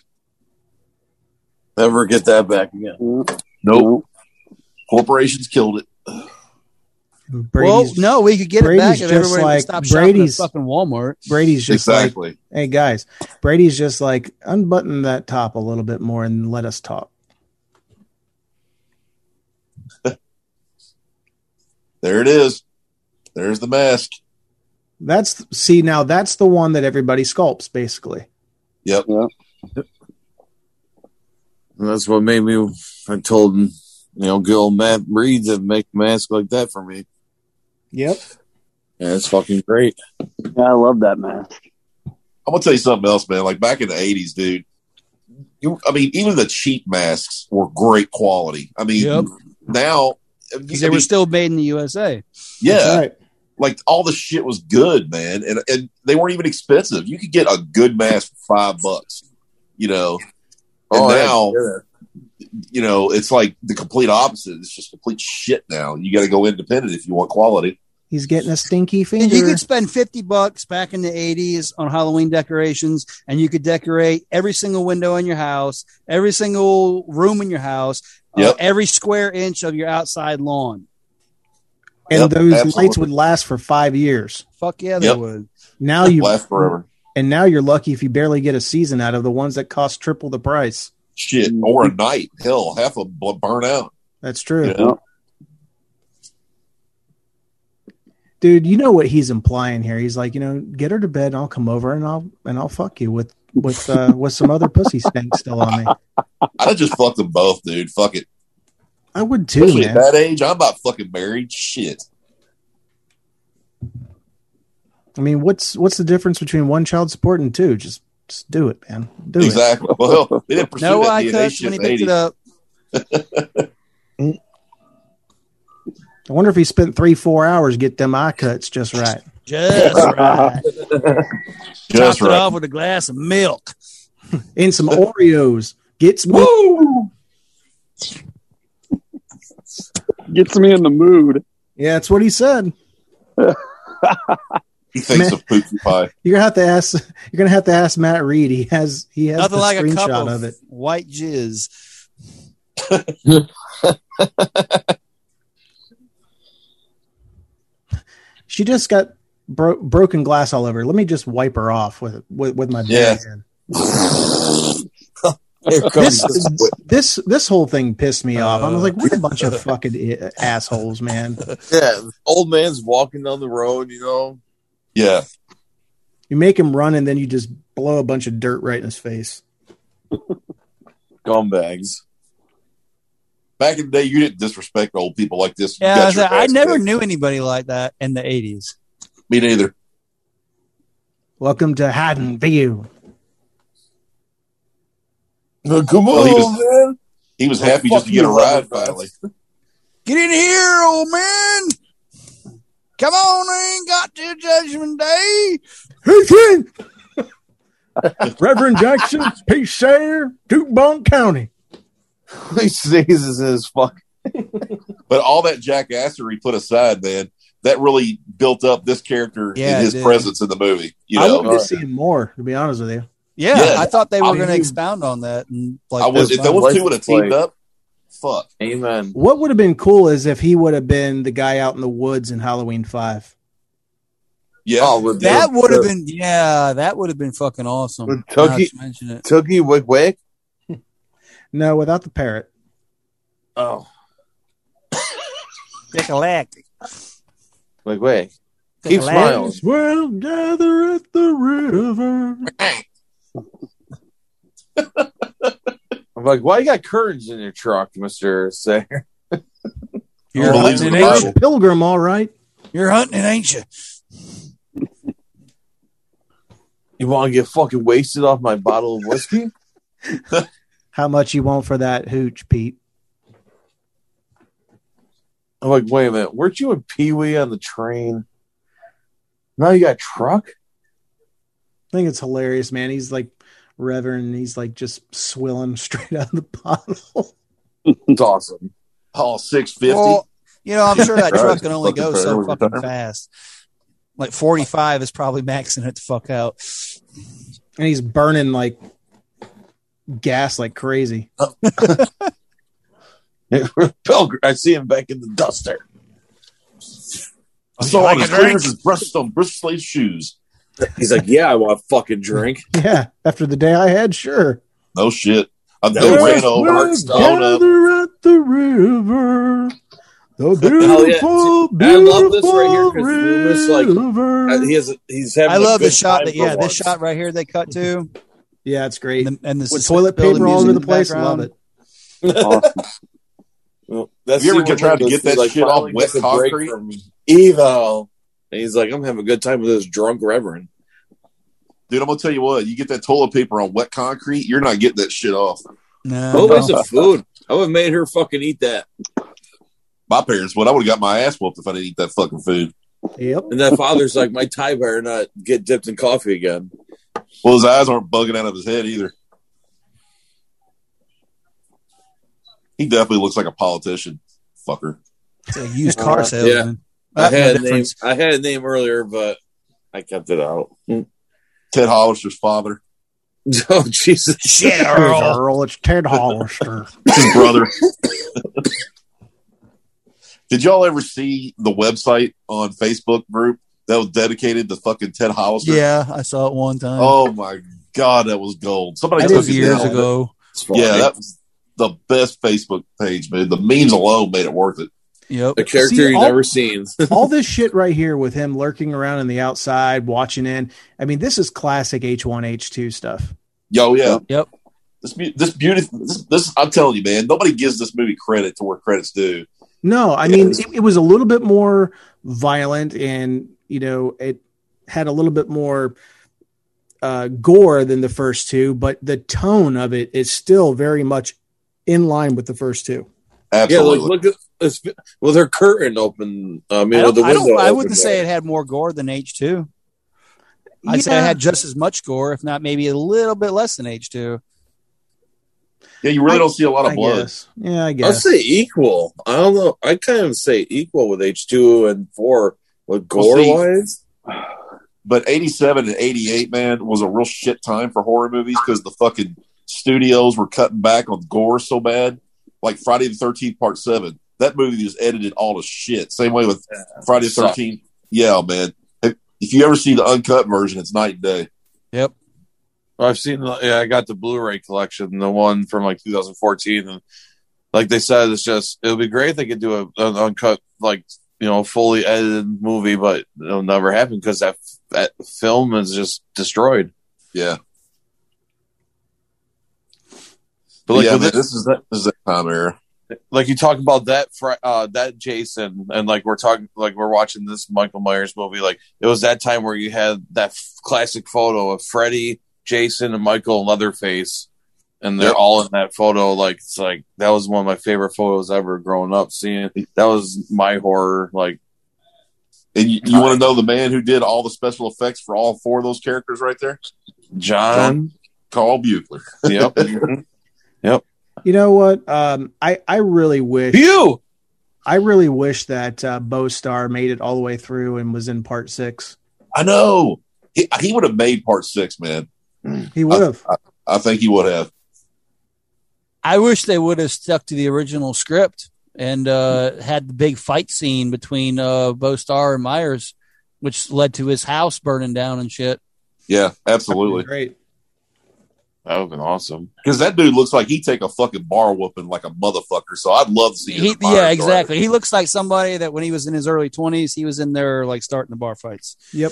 E: Never get that back again.
C: Nope. Corporations killed it.
B: And
D: well,
B: Brady's,
D: no, we could get
B: Brady's
D: it back if
B: just
D: everybody
B: like-
D: would stop shopping at
B: Brady's-
D: fucking Walmart.
B: Brady's just like,
C: exactly.
B: hey guys, Brady's just like unbutton that top a little bit more and let us talk.
C: there it is. There's the mask.
B: That's see now that's the one that everybody sculpts basically.
E: And that's what made me I told you know, good old Matt Reed to make a mask like that for me.
B: Yep.
E: And it's fucking great.
G: Yeah, I love that mask.
C: I'm gonna tell you something else, man. Like back in the '80s, dude. You, I mean, even the cheap masks were great quality. I mean,
D: Yep.
C: now, I
D: 'Cause They
C: mean,
D: were still made in the USA.
C: yeah,
B: Right.
C: like all the shit was good, man, and and they weren't even expensive. You could get a good mask for five bucks, you know. And
E: Oh, yeah.
C: now, you know, it's like the complete opposite. It's just complete shit now. You got to go independent if you want quality.
B: He's getting a stinky
D: And
B: finger.
D: you could spend 50 bucks back in the 80s on Halloween decorations, and you could decorate every single window in your house, every single room in your house, uh,
C: Yep.
D: every square inch of your outside lawn.
B: and
C: Yep,
B: those lights
C: absolutely.
B: would last for five years.
D: Fuck yeah, they
C: Yep.
D: would.
B: Now you
C: last forever.
B: and now you're lucky if you barely get a season out of the ones that cost triple the price.
C: Shit,
D: Mm-hmm.
C: or a night. Hell, half a bl- burn out.
B: That's true,
C: Yeah.
B: dude. You know what he's implying here? He's like, you know, get her to bed, and I'll come over and I'll and I'll fuck you with with uh, with some other pussy stank still on me.
C: I'd have just fucked them both, dude. Fuck it.
B: I would too,
C: Especially at
B: man.
C: that age, I'm not fucking married. Shit.
B: I mean, what's what's the difference between one child support and two? Just just do it, man. Do it.
C: exactly. Well, they didn't pursue
D: No
C: that
D: eye
C: DNA
D: cuts
C: shit
D: when he
C: in
D: picked it
C: 80s.
D: up.
B: I wonder if he spent three four hours to get them eye cuts just right.
D: Just right.
C: Just
D: Topped it
C: right.
D: off with a glass of milk.
B: and some Oreos. Get some
C: Woo!
G: Gets me in the mood.
B: Yeah, that's what he said.
C: He thinks
B: Man.
C: of Pookie Pie.
B: You're gonna have to ask. You're gonna have to ask Matt Reed. He has. He has
D: Nothing
B: the
D: like a cup
B: screenshot
D: of,
B: of it.
D: white jizz.
B: She just got bro- broken glass all over. her. Let me just wipe her off with with, with my bare
C: Yeah.
B: hand.
E: Here
B: This,
E: comes the
B: this this whole thing pissed me off. I was
D: Uh.
B: like, what a bunch of fucking i- assholes, man.
E: yeah, old man's walking down the road, you know.
C: Yeah.
B: You make him run and then you just blow a bunch of dirt right in his face.
E: Gumbags.
C: Back in the day, you didn't disrespect old people like this. You
D: Yeah,
C: got
D: I, was
C: your
D: like, I
C: ass
D: never
C: kicked.
D: knew anybody like that in the 80s.
C: Me neither.
B: Welcome to Haddon View.
E: Come
C: Well,
E: on,
C: he
E: man.
C: He was happy just to get a ride finally.
D: Get in here, old man. Come on in. Got to Judgment Day.
B: Reverend Jackson, Peace Sayer, Duke Bunk County.
E: he sneezes in his fuck.
C: But all that jackassery put aside, man, that really built up this character
D: Yeah, it
C: and his
D: did.
C: presence in the movie. You
B: I
C: know, uh,
B: wanted to see him more. To be honest with you.
D: Yeah,
C: Yeah.
D: I thought they were
E: I mean,
D: going to
E: you-
D: expound on that. And like,
C: I was
D: that's
C: if those
E: fine.
C: two would have teamed up, fuck.
E: Amen.
B: What would have been cool is if he would have been the guy out in the woods in Halloween Five.
C: Yeah,
E: Oh, with
D: that would have
E: the-
D: been yeah, that would have been fucking awesome.
E: With
D: Now that
E: Tuggy-
D: you mention it.
E: Tookie Wick Wick.
B: No, without the parrot.
E: Oh,
D: Galactic.
E: Wick Wick. Keep smiling.
B: Well, gather at the river.
E: I'm like, why you got curtains in your truck, Mister Sayer?
D: You're
C: Oh,
D: hunting,
C: believe it or not.
D: ain't you?
B: Pilgrim, all right.
D: You're hunting, ain't you?
E: You want to get fucking wasted off my bottle of whiskey?
B: How much you want for that hooch, Pete?
E: I'm like, wait a minute, weren't you and Pee Wee on the train? Now you got a truck?
B: I think it's hilarious, man. He's like Reverend. and He's like just swilling straight out of the bottle.
E: It's awesome.
C: Paul Oh, six fifty.
D: Well, you know, I'm sure that
C: Right.
D: truck can only
C: Fucking
D: go so
C: forever.
D: fucking fast. Like 45 is probably maxing it the fuck out.
B: and he's burning like gas like crazy.
E: Pilgrim, I see him back in the duster.
C: so on his clear as his breaststone, breastplate shoes.
E: He's like, yeah, I want a fucking drink.
B: Yeah, after the day I had, sure.
C: No shit. I'm
E: That
C: they
E: was-
C: ran over.
E: was-
C: Stone up.
B: at the river. The
E: Hell Oh, yeah.
B: beautiful,
E: I love this right here 'cause Loomis, like, Uh,
B: river.
E: He has, he's having.
D: I
E: a
D: love
E: good
D: the shot
E: time
D: that,
E: for
D: yeah, this
E: once.
D: shot right here they cut to.
B: Yeah, it's great.
D: And the, and the
B: With toilet
D: suspense
B: paper all
D: music
B: over
D: in
B: the place,
D: background.
B: love it.
G: Awesome.
E: Well, that's
C: You ever
E: the one
C: tried to
E: where
C: get
E: he's
C: that shit off
E: finally
C: wet
E: gets a break
C: concrete?
E: from Evil. And he's like, I'm having a good time with this drunk reverend.
C: Dude, I'm gonna tell you what. You get that toilet paper on wet concrete, you're not getting that shit off.
E: What
D: No.
E: Oh, a waste of food. I would have made her fucking eat that.
C: My parents would. I would have got my ass whooped if I didn't eat that fucking food.
B: Yep.
E: And that father's like, my tie better not get dipped in coffee again.
C: Well, his eyes aren't bugging out of his head either. He definitely looks like a politician, fucker.
D: It's a used car salesman.
E: I
D: That- no
E: had a name.
D: difference.
E: I had a name earlier, but I kept it out.
C: Ted Hollister's father,
E: Oh Jesus! Shit,
B: Earl. It's Ted Hollister.
C: his brother. Did y'all ever see the website on Facebook group that was dedicated to fucking Ted Hollister?
D: Yeah, I saw it one time.
C: Oh my god, that was gold. Somebody
D: that
C: took
D: was
C: it
D: years
C: down.
D: ago.
C: Yeah, that was the best Facebook page, man. The memes alone made it worth it.
D: Yep.
E: a character
B: See,
E: you've
B: all-
E: never seen.
B: All this shit right here with him lurking around in the outside, watching in. I mean, this is classic H1, H2 stuff.
C: Yo, yeah.
D: Yep.
C: This bu- this beautiful this, this I'm telling you, man. Nobody gives this movie credit to where credits due.
B: No, I
C: Yeah.
B: mean it, it was a little bit more violent, and you know it had a little bit more uh, gore than the first two, but the tone of it is still very much in line with the first two.
E: yeah,
C: Absolutely.
E: like look at it's, with her curtain open. I mean,
D: I,
E: with the
D: don't, I,
E: window.
D: don't, I
E: open
D: wouldn't say it had more gore than H2. I'd say
B: Yeah.
D: it had just as much gore, if not maybe a little bit less than H2.
C: yeah, you really don't see a lot of
B: I
C: blood.
B: guess. Yeah, I
E: I'll
B: guess.
E: say equal. I don't know. I kind of say equal with H two and four with gore
C: see-
E: wise.
C: But 87 and 88, man, was a real shit time for horror movies because the fucking studios were cutting back on gore so bad. Like Friday the 13th, part seven. That movie was edited all to shit. Same way with Friday the
E: Sucked.
C: 13th. Yeah, man. If, if you ever see the uncut version, it's night and day.
D: Yep.
E: I've seen. Yeah, I got the Blu-ray collection, the one from like 2014, and like they said, it's just it would be great if they could do a, an uncut, like you know, fully edited movie, but it'll never happen because that that film is just destroyed.
C: Yeah.
E: But like
C: yeah,
E: with
C: man,
E: this-
C: this is that, this is that time era.
E: like you talk about that fr- uh that Jason and like we're talking like we're watching this Michael Myers movie like it was that time where you had that f- classic photo of Freddy, Jason and Michael and Leatherface and they're
C: Yep.
E: all in that photo like it's like that was one of my favorite photos ever growing up seeing that was my horror like
C: And you, you want to know the man who did all the special effects for all four of those characters right there?
E: John,
C: Carl Buechler.
E: yep
B: You know what? Um, I I really wish
E: you
B: I really wish that uh, Bo Star made it all the way through and was in part six.
C: I know. He, he would have made part six, man.
B: He would have.
C: I think he would have.
D: I wish they would have stuck to the original script and uh, had the big fight scene between uh, Bo Star and Myers, which led to his house burning down and shit.
C: Yeah, absolutely.
B: Great.
E: that would have been awesome
C: Because that dude looks like he'd take a fucking bar whooping like a motherfucker. So I'd love to see. him
D: He,
C: in Fire
D: yeah,
C: Guard.
D: exactly. He looks like somebody that when he was in his early twenties, he was in there like starting the bar fights.
C: Yeah,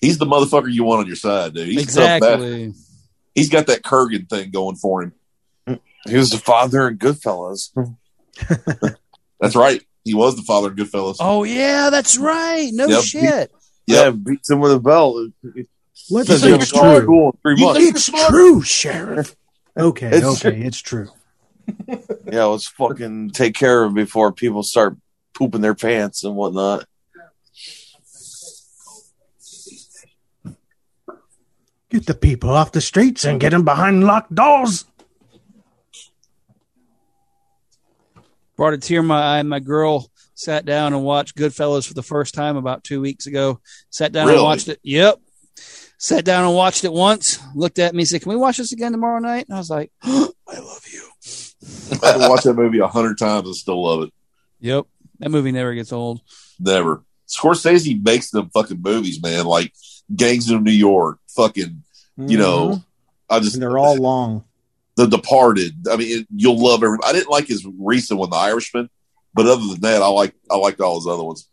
C: he's the motherfucker you want on your side, dude. He's exactly. Tough bastard.
D: exactly.
C: he's got that Kurgan thing going for him.
E: he was the father in Goodfellas
C: That's right. He was the father of Goodfellas.
D: Oh yeah, that's right. No
C: Yep.
D: shit.
E: yeah beats him with a belt
B: Let's
E: Says
B: see
E: he
B: it's
E: was in
B: true.
E: school in three
C: You
E: months.
C: think
B: It's true, Sheriff. Okay,
E: It's
B: okay, it's true.
E: Yeah, let's fucking take care of it before people start pooping their pants and whatnot.
B: Get the people off the streets and get them behind locked doors.
D: Brought a tear to my eye. My girl sat down and watched Goodfellas for the first time about two weeks ago. Sat down
C: Really?
D: and watched it. Yep. Sat down and watched it once. Looked at me, said, "Can we watch this again tomorrow night?" And I was like, "I love you."
C: I had to watch that movie a hundred times and still love it.
D: Yep. That movie never gets old.
C: Never. Scorsese makes them fucking movies, man. Like Gangs of New York, fucking. You know, I just
B: Mm-hmm. and they're all long.
C: The Departed. I mean, it, you'll love every. I didn't like his recent one, The Irishman, but other than that, I like I liked all his other ones.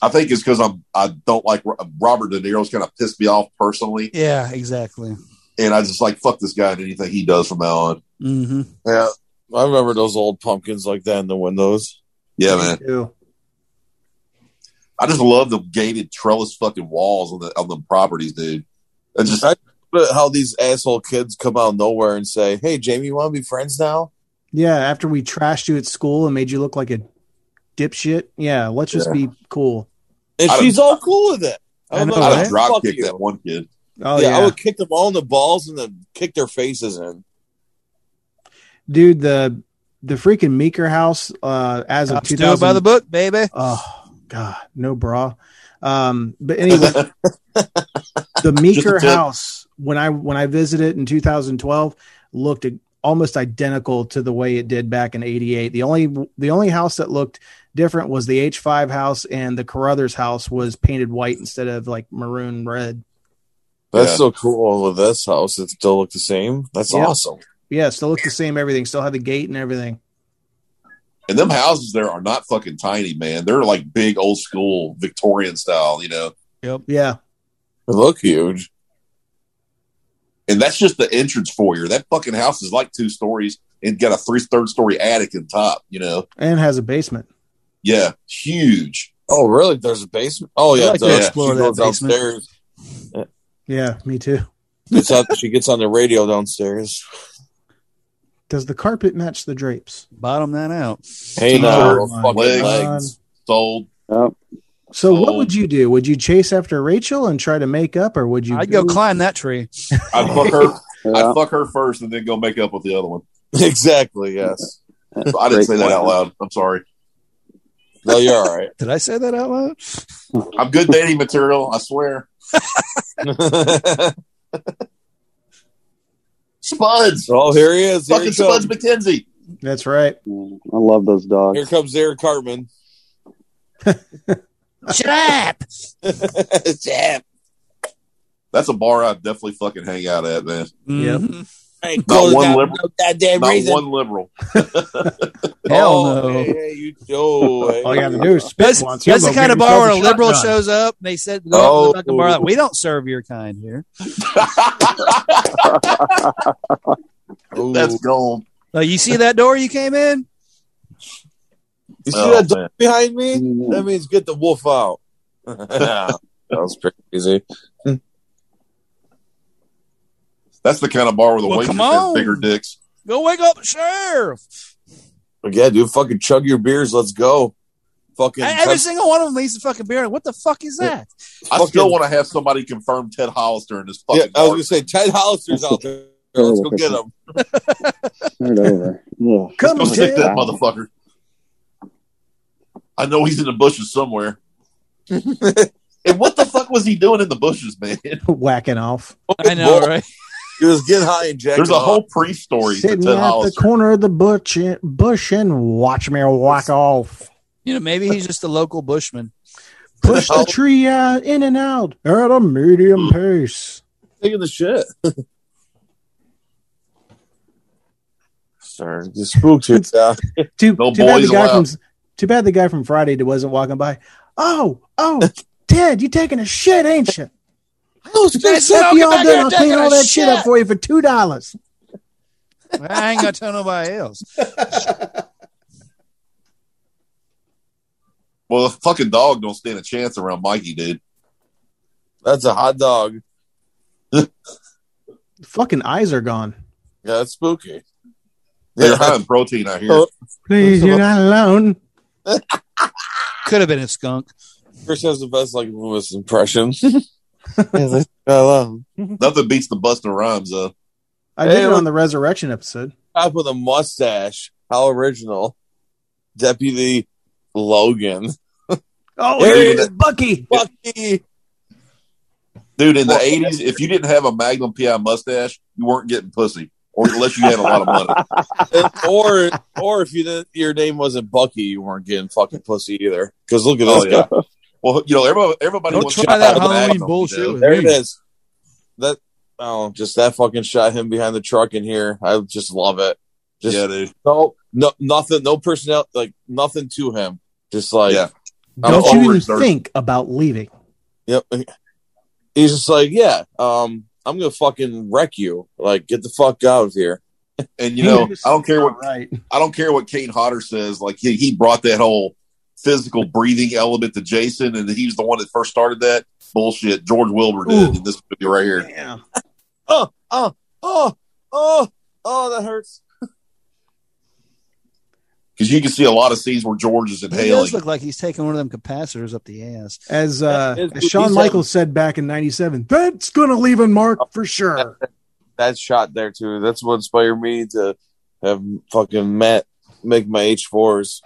C: I think it's because I'm I don't like Ro- Robert De Niro's kind of pissed me off personally,
D: Yeah, exactly.
C: and I just like fuck this guy and anything he does from now on.
D: hmm
E: Yeah. I remember those old pumpkins like that in the windows.
C: Yeah, man.
B: Ew.
C: I just love the gated trellis fucking walls on the on them properties, dude. It's just
E: I but how these asshole kids come out of nowhere and say, Hey Jamie, you wanna be friends now?
B: Yeah, after we trashed you at school and made you look like a dipshit. Yeah, let's just be cool.
E: And
C: I'd
E: she's all cool with it.
D: I
E: would
D: know,
E: be
C: I'd
E: like,
C: have drop
E: "Fuck
C: kicked
E: you."
C: that one kid.
B: Oh
E: yeah,
B: yeah,
E: I would kick them all in the balls and then kick their faces in.
B: dude. The the freaking Meeker house uh, as of
D: Cops do it
B: 2000.
D: by the book, baby.
B: oh God, no bra. Um, but anyway, the Meeker
C: a tip.
B: house when I when I visited in 2012 looked almost identical to the way it did back in '88. The only the only house that looked different was the H5 house, and the Carruthers house was painted white instead of like maroon red.
E: That's
C: Yeah.
E: so cool with this house. It still looked the same. That's
B: Yeah.
E: awesome.
B: Yeah, still looked the same. Everything still had the gate and everything.
C: And them houses there are not fucking tiny, man. They're like big old school Victorian style, you know.
B: Yeah.
E: It looked huge.
C: And that's just the entrance foyer. That fucking house is like two stories and got a three third story attic and top, you know.
B: and has a basement.
C: Yeah. Huge.
E: Oh, really? There's a basement. Oh,
D: I'd
E: yeah.
D: like to
E: the-
D: explore
E: she
D: that
E: goes
D: basement.
E: downstairs.
B: Yeah, me too.
E: It's up, she gets on the radio downstairs.
B: Does the carpet match the drapes?
D: Bottom that out.
E: Hey, now,
B: Oh my
E: fucking
C: God.
E: legs.
C: Sold.
G: Yep.
B: So what
C: Oh.
B: would
D: Um,
B: you do? Would you chase after Rachel and try to make up, or would you?
D: I'd go climb that tree.
C: I'd fuck her
G: Yeah.
C: I'd fuck her first and then go make up with the other one.
E: Exactly, yes.
C: I didn't
G: Great
C: say that out
G: plan.
C: loud. I'm sorry.
E: No, you're all right.
D: Did I say that out loud?
C: I'm good dating material, I swear. Spuds.
E: oh, here he is. Here, he
C: Fucking Spuds
E: comes.
C: McKenzie.
B: That's right.
G: Mm, I love those dogs.
E: here comes Eric Cartman.
D: Shut up.
E: yeah.
C: That's a bar I'd definitely fucking hang out at, man.
B: Yep.
D: Mhm.
E: Hey,
C: Not
E: close
C: one
E: down,
C: liberal.
E: no goddamn
C: Not
E: reason.
C: one liberal.
D: Hell
E: oh,
D: no.
E: Hey, hey, you, oh, hey.
B: All you have to do is spit
D: That's,
B: once.
D: that's the
B: You'll go
D: kind of
B: get yourself
D: bar where a
B: shotgun.
D: liberal shows up and they said, go
E: Oh.
D: up to the fucking bar. Like, we don't serve your kind here.
E: Ooh.
C: That's gone.
D: Like, you see that door you came in?
E: You see
C: Oh,
E: that dog
C: man.
E: behind me?
G: Mm.
E: That means get the wolf out. that was crazy.
C: That's the kind of bar where the
D: Well,
C: waitress
D: come on.
C: has bigger dicks.
D: Go wake up, the sheriff.
E: But yeah, dude, fucking chug your beers. Let's go. Fucking.
D: And Every single one of them leaves a fucking beer. Like, what the fuck is that?
C: I
E: Fucking-
C: still want to have somebody confirm Ted Hollister in this
E: yeah,
C: fucking
E: I was
C: bar.
E: gonna say Ted Hollister's out there. Let's go get him.
G: Turn it over. Yeah.
B: Come
C: Go take
B: Ted.
C: that motherfucker. I know he's in the bushes somewhere. and what the fuck was he doing in the bushes, man?
B: whacking off,
D: I know, right?
E: He was getting high and jacking
C: There's a
E: off.
C: whole pre-story to Ted
B: sitting at the
C: Hollister.
B: corner of the bush, bush and watch me walk off.
D: You know, maybe he's just a local bushman.
B: Push the tree out, in and out at a medium pace.
E: taking the shit. Sorry, just spooked you. Yeah.
B: Too,
C: No
B: too bad
C: boys
B: the guy
C: allowed.
B: from too bad the guy from Friday wasn't walking by. Oh, oh, Ted, you taking a shit, ain't you? I set you all day. I'll clean all that shit up for you for two dollars.
D: I ain't got to tell nobody else.
C: Well, the fucking dog don't stand a chance around Mikey, dude.
E: That's a hot dog.
B: Fucking eyes are gone.
E: Yeah, that's spooky.
C: They're high in protein out here.
E: Oh.
B: Please, you're not alone.
D: Could have been a skunk.
E: Chris has the best like Loomis impression. I love him.
C: Nothing beats the Busta Rhymes, though.
B: I did
E: Hey,
B: it
E: look-
B: on the resurrection episode.
E: Top with a mustache. How original. Deputy Logan.
B: Oh,
E: There
B: here
E: it
B: is Bucky.
E: Bucky.
C: Dude, in the
E: Well-
C: 80s, if you didn't have a Magnum PI mustache, you weren't getting pussy, or unless you had a lot of money.
E: or or if you didn't, your name wasn't Bucky, you weren't getting fucking pussy either. Because look at
C: Oh,
E: this
C: yeah.
E: guy.
C: Well, you know, everybody, everybody
D: Don't
C: wants
D: try
C: to
D: that
C: have a
D: Halloween
C: Magnum,
D: bullshit.
C: you know?
D: with
E: There
D: me.
E: it is. That oh, just that fucking shot him behind the truck in here. I just love it. Just
C: yeah, dude.
E: no, no, nothing, no personnel, like nothing to him. Just like,
C: Yeah.
E: I'm
B: Don't you
C: always
B: even
C: thirsty.
B: think about leaving.
E: yep. He's just like, yeah, um, I'm gonna fucking wreck you. Like, get the fuck out of here.
C: And you know, I don't care what
B: Right.
C: I don't care what Kane Hodder says. Like he, he brought that whole physical breathing element to Jason, and he was the one that first started that bullshit. George Wilbur did
B: Ooh.
C: in this movie right here.
B: Yeah.
E: Oh, oh, oh, oh, oh, that hurts.
C: Because you can see a lot of scenes where George is
D: He does
C: inhaling.
D: look like he's taking one of them capacitors up the ass.
B: As uh,
E: That is
B: as
E: what he
B: Shawn
E: said.
B: Michaels said back in '97, that's gonna leave a mark for sure.
E: That shot there too. That's what inspired me to have fucking Matt make my H fours.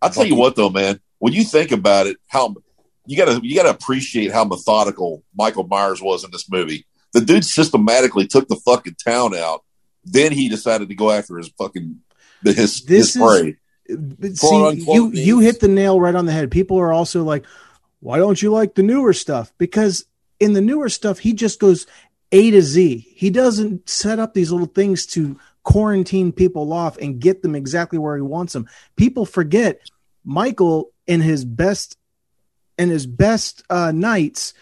C: I'll tell you what though, man. When you think about it, how you gotta you gotta appreciate how methodical Michael Myers was in this movie. The dude systematically took the fucking town out. Then he decided to go after his fucking his,
B: This
C: his prey.
B: But
E: Quote,
B: see,
E: unquote,
B: you you
E: means-
B: hit the nail right on the head. People are also like, why don't you like the newer stuff? Because in the newer stuff, he just goes A to Z. He doesn't set up these little things to quarantine people off and get them exactly where he wants them. People forget Michael in his best in his best uh, nights,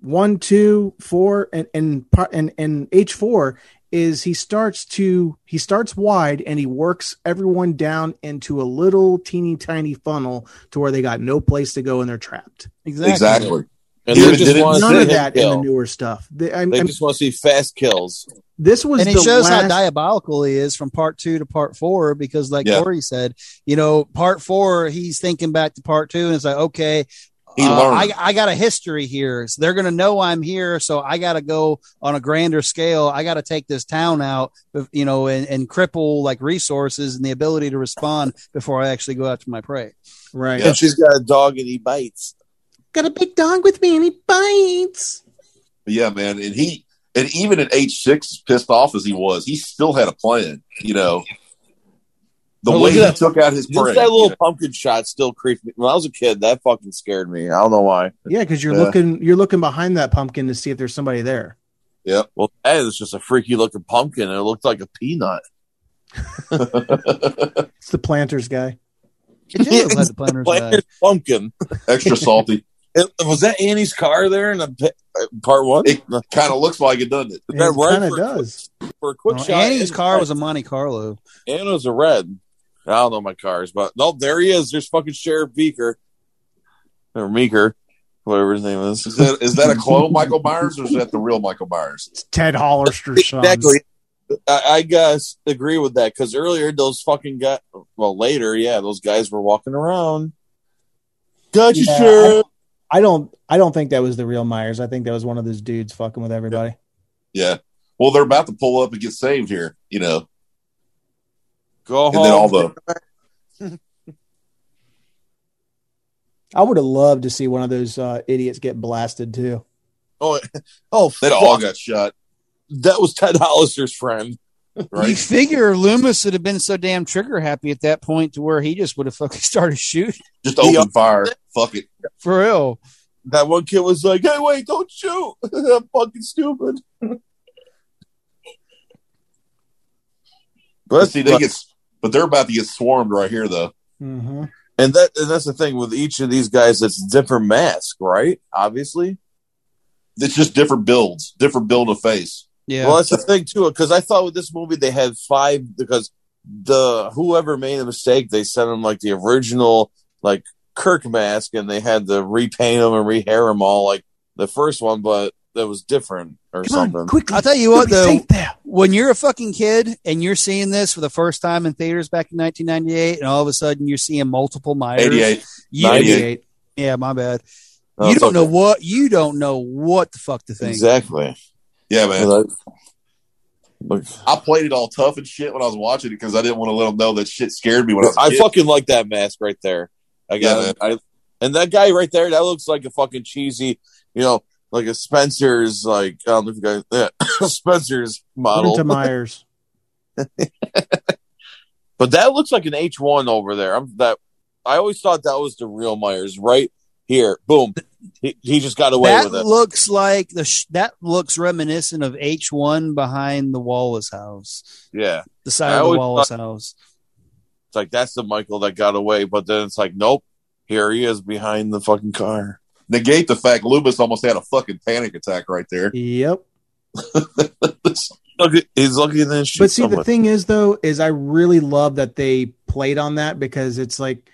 B: one, two, four, and and par- and and H four is he starts to he starts wide and he works everyone down into a little teeny tiny funnel to where they got no place to go and they're trapped.
D: Exactly.
C: Exactly.
E: And
C: He
E: they
C: did
E: just
C: it-
E: want to
B: None
E: see
B: of
E: him
B: that in
E: kill.
B: the newer stuff. The- I,
E: they
B: I-
E: just want to see fast kills.
B: this was
D: and
B: the
D: it shows
B: last.
D: how diabolical he is from part two to part four because like
C: Yeah.
D: corey said you know part four he's thinking back to part two and it's like okay
C: He
D: uh,
C: learned.
D: I, I got a history here so they're gonna know i'm here so i gotta go on a grander scale i gotta take this town out bef- you know and, and cripple like resources and the ability to respond before i actually go after my prey
B: right.
C: Yeah.
E: And she's got a dog and he bites.
B: Got a big dog with me and he bites.
C: But yeah, man, and he and even at age six, as pissed off as he was, he still had a plan. You know, the
E: Oh, look
C: way
E: at
C: he
E: that.
C: took out his
E: Just
C: prey.
E: that little pumpkin shot still creeped me. When I was a kid, that fucking scared me. I don't know why.
B: Yeah, because you're
C: Yeah.
B: looking you're looking behind that pumpkin to see if there's somebody there.
E: Well, that is just a freaky looking pumpkin. and It looked like a peanut.
B: It's the planters guy.
D: it did look like the uh,
E: It's
D: planners
E: like
D: died.
E: a pumpkin.
C: Extra salty.
E: It- was that Annie's car there in the pa- uh, part one?
C: It kind of looks like it, doesn't it?
E: That
B: It
E: right
B: kind of
E: for-
B: does.
E: For a quick
D: Well,
E: shot,
D: Annie's car was a Monte Carlo.
E: Anna's a red. I don't know my cars, but no, there he is. There's fucking Sheriff Beaker or Meeker, whatever his name is.
C: Is that is that a clone Michael Myers or is that the real Michael Myers?
B: It's Ted Hollister's son.
E: Exactly. Um, I, I guess agree with that because earlier those fucking guys, well later, yeah, those guys were walking around. Gotcha,
B: Yeah.
E: Sheriff.
B: I don't I don't think that was the real Myers. I think that was one of those dudes fucking with everybody.
C: Yeah. Well, they're about to pull up and get saved here. You know,
E: Go
C: and
E: home.
C: then all the
B: I would have loved to see one of those uh, idiots get blasted too.
E: oh, oh,
C: they
E: fuck.
C: all got shot.
E: that was Ted Hollister's friend.
D: You
C: Right.
D: figure Loomis would have been so damn trigger happy at that point to where he just would have fucking started shooting.
C: Just open fire. Fuck it.
D: For real.
E: That one kid was like, "Hey, wait, don't shoot! I'm fucking stupid." but
C: But see, they get, but they're about to get swarmed right here, though.
B: Mm-hmm.
E: And that and that's the thing with each of these guys. It's a different mask, right? Obviously.
C: It's just different builds, different build of face.
D: Yeah.
E: Well, that's the thing too, because I thought with this movie they had five because the whoever made the mistake they sent them like the original like Kirk mask, and they had to repaint them and rehair them all like the first one, but that was different or something.
B: quickly.
D: I'll tell you what,
B: You'll be
D: though.
B: safe there.
D: when you're a fucking kid and you're seeing this for the first time in theaters back in 1998, and all of a sudden you're seeing multiple Myers.
C: 88.
D: You-
C: 98.
D: yeah, my bad.
E: No,
D: you
E: Oh, it's
D: don't know
E: okay.
D: what you don't know what the fuck to think.
E: exactly.
C: Yeah, man.
E: Like, look,
C: I played it all tough and shit when I was watching it because I didn't want to let them know that shit scared me when I was a
E: I
C: kid.
E: fucking like that mask right there. I got
C: Yeah,
E: it. I, and that guy right there, that looks like a fucking cheesy, you know, like a Spencer's, like I don't know if you guys, Spencer's
B: Run to
E: model.
B: Myers.
E: But that looks like an H one over there. I'm that. I always thought that was the real Myers right here. Boom. He, he just got away
D: That
E: with it.
D: looks like the sh- that looks reminiscent of H1 behind the Wallace house,
E: yeah.
D: the
E: I
D: side of the
E: always
D: Wallace house.
E: It's like that's the Michael that got away. But then it's like, nope. Here he is behind the fucking car.
C: Negate the fact Loomis almost had a fucking panic attack right there.
B: Yep.
E: Look, he's looking and shoots
B: But see, the
E: someone.
B: thing is, though, is I really love that they played on that because it's like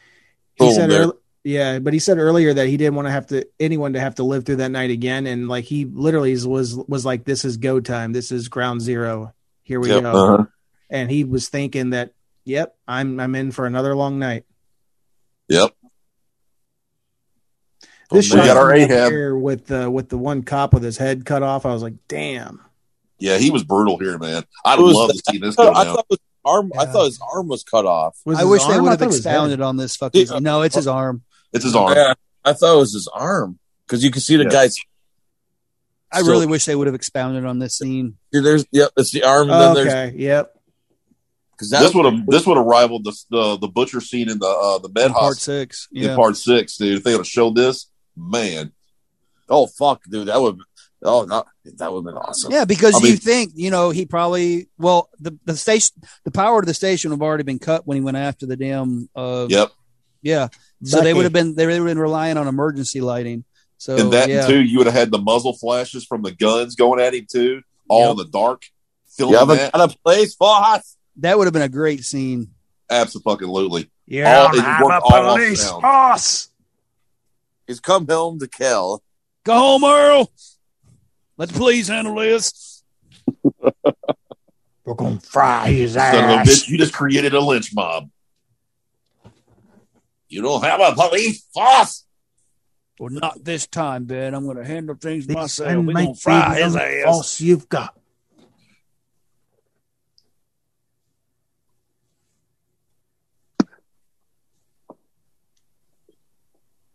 B: he
E: Boom,
B: said.
E: there.
B: earl- yeah, but he said earlier that he didn't want to have to anyone to have to live through that night again, and like he literally was was like, "This is go time. This is ground zero. Here we
E: Yep,
B: go."
E: uh-huh.
B: And he was thinking that, "Yep, I'm I'm in for another long night."
C: Yep.
B: This
E: We
B: shot
E: got
C: our
B: coming up
C: Ahab.
B: here with the with the one cop with his head cut off. I was like, "Damn."
C: Yeah, he was brutal here, man. I'd
E: It was-
C: love to see this
E: I
C: go
E: thought- I
D: Oh,
C: down.
E: thought it was arm. I
D: Yeah.
E: thought his arm was cut off.
B: Was
D: I
B: his
D: wish they
B: arm?
D: would
B: I
D: have
B: thought it was
D: expounded on this fucking.
E: Yeah.
D: No, it's his arm.
C: It's his arm.
E: Yeah, I thought it was his arm because you can see the
C: Yeah.
E: guy's.
D: I
E: Still-
D: really wish they would have expounded on this scene.
E: Yeah, There's yep, it's the arm. And
B: heavy.
E: then there's
B: okay. Yep.
E: because
C: This would have this would have rivaled the, the the butcher scene in the uh, the med
D: in part
C: hospital
D: six.
C: in
D: Yeah.
C: part six, dude. If they would have showed this, man,
E: Oh fuck, dude, that would. Oh, not, that would have been awesome.
D: Yeah, because
E: I
D: you
E: mean-
D: think you know he probably well the the station the power to the station have already been cut when he went after the damn uh
C: yep.
D: yeah so they
B: Bucky.
D: would have been they would have been relying on emergency lighting so
C: and that
D: Oh, yeah
C: too, you would have had the muzzle flashes from the guns going at him too, all in the dark, filming
E: You haven't
C: that.
E: got a place for us.
D: that would have been a great scene
C: Absolutely,
B: Yeah.
C: All- it worked all off sound.
B: boss.
E: He's come home to kill.
D: go home Earl let the police handle this
B: We're gonna fry his
C: son
D: Ah,
C: of a
B: ass.
C: bitch! You just created a lynch mob. You don't have a police force.
D: well not this time Ben I'm gonna handle things
B: These
D: myself
B: men
D: we
B: might
D: gonna fry
B: be
D: his
B: the
D: ass
B: boss you've got.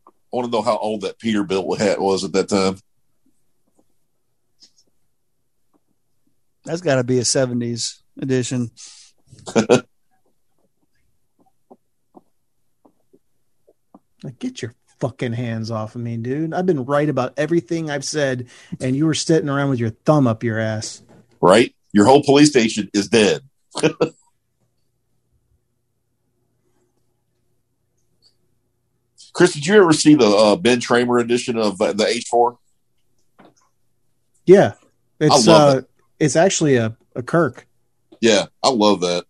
C: I want to know how old that Peterbilt hat was at that time.
D: that's got to be a seventies edition
B: Like, get your fucking hands off of me, dude. I've been right about everything I've said, and you were sitting around with your thumb up your ass.
C: Right, your whole police station is dead. Chris, did you ever see the uh, Ben Tramer edition of uh, the H four?
B: Yeah. It's
C: love
B: uh it's actually a, a Kirk.
C: Yeah, I love that.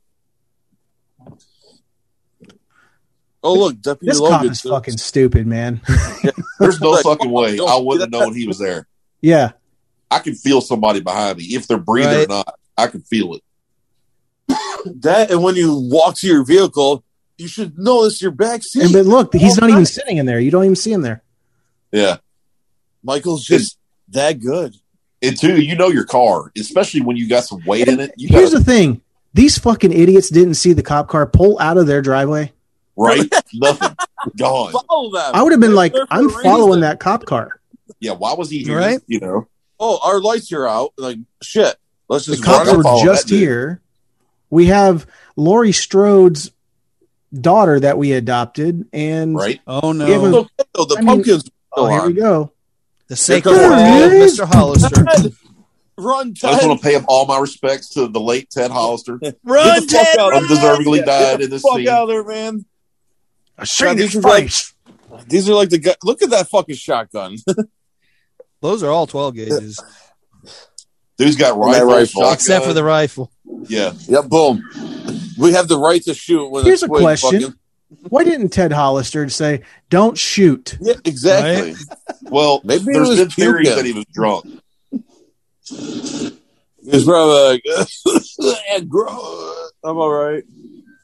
E: Oh look, Deputy
B: This cop
E: Logan.
B: is fucking stupid, man.
C: There's no
E: Like,
C: fucking way I
E: don't
C: wouldn't
E: do
C: have known he was there.
B: yeah.
C: I can feel somebody behind me if they're breathing
D: Right.
C: or not. I can feel it.
E: that and when you walk to your vehicle, you should know it's your back seat.
B: And but look, he's
E: Oh,
B: not even
E: right.
B: sitting in there. You don't even see him there.
C: Yeah,
E: Michael's just that good.
C: and two, you know your car, especially when you got some weight in it. You
B: Here's
C: got
B: the thing. These fucking idiots didn't see the cop car pull out of their driveway.
C: right, nothing gone.
E: Follow them.
B: I would have been
E: They're
B: like,
E: there for
B: I'm
E: a reason.
B: following that cop car.
C: Yeah, why was he here?
D: Right.
C: You know,
E: Oh, our lights are out. Like shit. Let's
B: The
E: just run
B: cops
E: up
B: were
E: on
B: just
E: that dude.
B: here. We have Lori Strode's daughter that we adopted, and
C: right?
D: oh no
B: Yeah, but-
E: It's okay, though. The
B: I mean-
E: pumpkins
B: oh,
E: still
B: here we
E: on.
B: go.
D: the sacred
E: There
D: wall of
B: it is.
D: Mr Hollister
E: Ted, Run,
C: I just want
E: Ted.
C: to pay up all my respects to the late Ted Hollister.
D: run
E: Get the fuck
D: Ted
E: out.
D: run!
C: Undeservedly died in this
E: Fuck
C: scene.
E: out of there, man.
B: I
E: God, these are like- These are like the gu- look at that fucking shotgun.
D: Those are all 12 gauges,
C: Dude's got
E: And that
C: rifle,
E: rifle.
C: shotgun.
D: except for the rifle.
C: yeah.
E: yep, boom. We have the right to shoot. When
B: Here's a
E: twig
B: question.
E: fucking-
B: Why didn't Ted Hollister say, "Don't shoot"?
E: Yeah, exactly.
C: Well,
E: Maybe it
C: there's
E: was
C: been theories
E: puking.
C: that he was drunk.
E: It's probably like, and grow. I'm all right.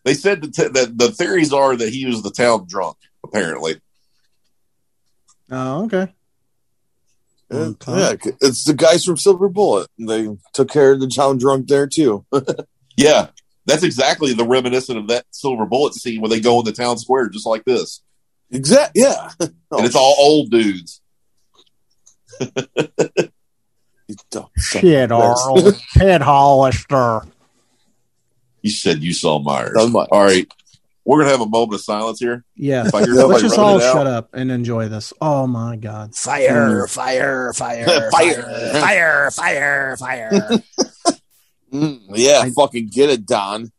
C: They said that, that the theories are that he was the town drunk. Apparently,
B: Oh, okay.
E: Yeah,
D: Okay.
E: it's the guys from Silver Bullet. They took care of the town drunk there too.
C: yeah, that's exactly the reminiscent of that silver bullet scene where they go in the town square just like this,
E: Exact. Yeah.
C: and it's all old dudes.
E: You dumb son of
B: Shit, Arl. Ted Hollister.
C: You said you saw Myers.
E: a bitch.
C: All right, we're gonna have a moment of silence here.
B: Yeah.
C: If I hear
B: Let's
C: somebody
B: just
C: running
B: all
C: out,
B: shut up and enjoy this. Oh my god.
D: Fire, fire, fire,
E: Fire.
D: fire, fire, fire.
E: Mm, yeah,
B: I-
E: fucking get it, Don.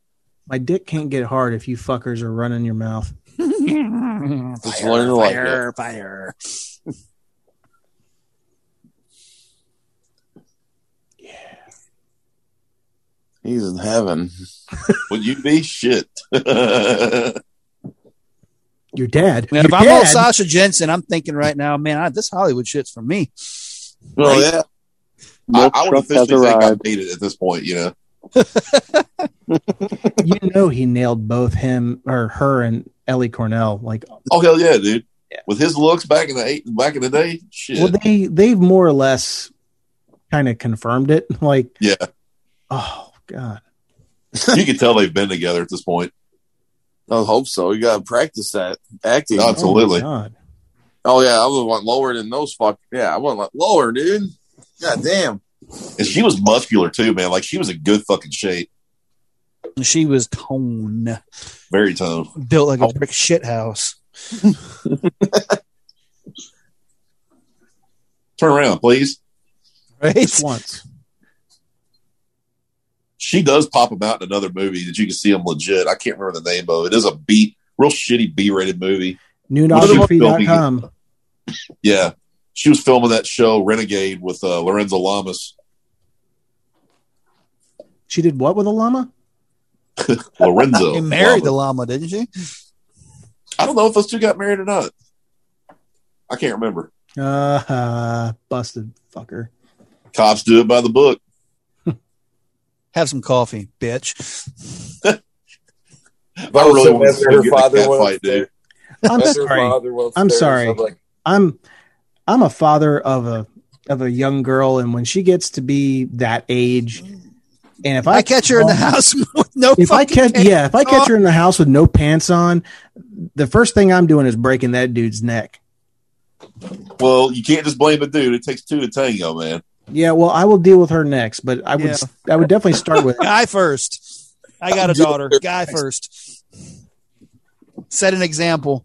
B: My dick can't get hard if you fuckers are running your mouth.
E: Just learn to like it.
D: fire.
E: He's in heaven.
C: would you be shit? yeah,
B: Your dad.
D: Man, if
B: Your
D: I'm
B: dad-
D: on Sasha Jensen, I'm thinking right now, man, I, this Hollywood shit's for me.
E: Oh yeah.
C: I,
G: Milk
C: I would
G: truck has
C: officially think I'm
G: arrived.
C: dated at this point. You know,
B: you know he nailed both him or her and Ellie Cornell. Like
C: oh hell yeah, dude.
B: Yeah.
C: With his looks back in the eight, back in the day, shit.
B: well they they've more or less kind of confirmed it. Like
C: Yeah.
B: Oh god.
C: you can tell they've been together at this point.
E: I hope so. You gotta practice that acting.
C: God. Absolutely.
B: Oh, my God.
E: Oh yeah, I would want lower than those fuck. Yeah, I want lower, dude. God damn.
C: And she was muscular too, man. Like she was in good fucking shape.
D: She was tone
C: Very toned.
D: built like a brick shit house.
C: Turn around, please.
D: Right?
B: Just once.
C: She does pop him out in another movie that you can see him legit. I can't remember the name of it. It is a B, real shitty B rated movie.
B: Noonography.com.
C: Yeah. She was filming that show Renegade with uh, Lorenzo Lamas.
B: She did what with a llama?
C: Lorenzo.
D: They married the
C: Lamas.
D: llama, didn't she?
C: I don't know if those two got married or not. I can't remember.
B: Uh, uh, busted fucker.
C: Cops do it by the book.
D: Have some coffee, bitch.
C: I really wanted to go get in a cat
E: went
C: fight,
E: upstairs-
C: dude.
B: I'm
E: if her
B: sorry.
E: father went
B: I'm
E: upstairs,
B: sorry.
E: I'd be like,
B: I'm I'm a father of a of a young girl, and when she gets to be that age, and if
D: I, catch her in the house with no
B: if I
D: fucking
B: catch yeah, if I catch her in the house with no pants on, the first thing I'm doing is breaking that dude's neck.
C: Well, you can't just blame a dude. It takes two to tango, man.
B: Yeah, well, I will deal with her next, but I would
D: Yeah.
B: I would definitely start with
D: guy first. I got a daughter. Guy first. Set an example.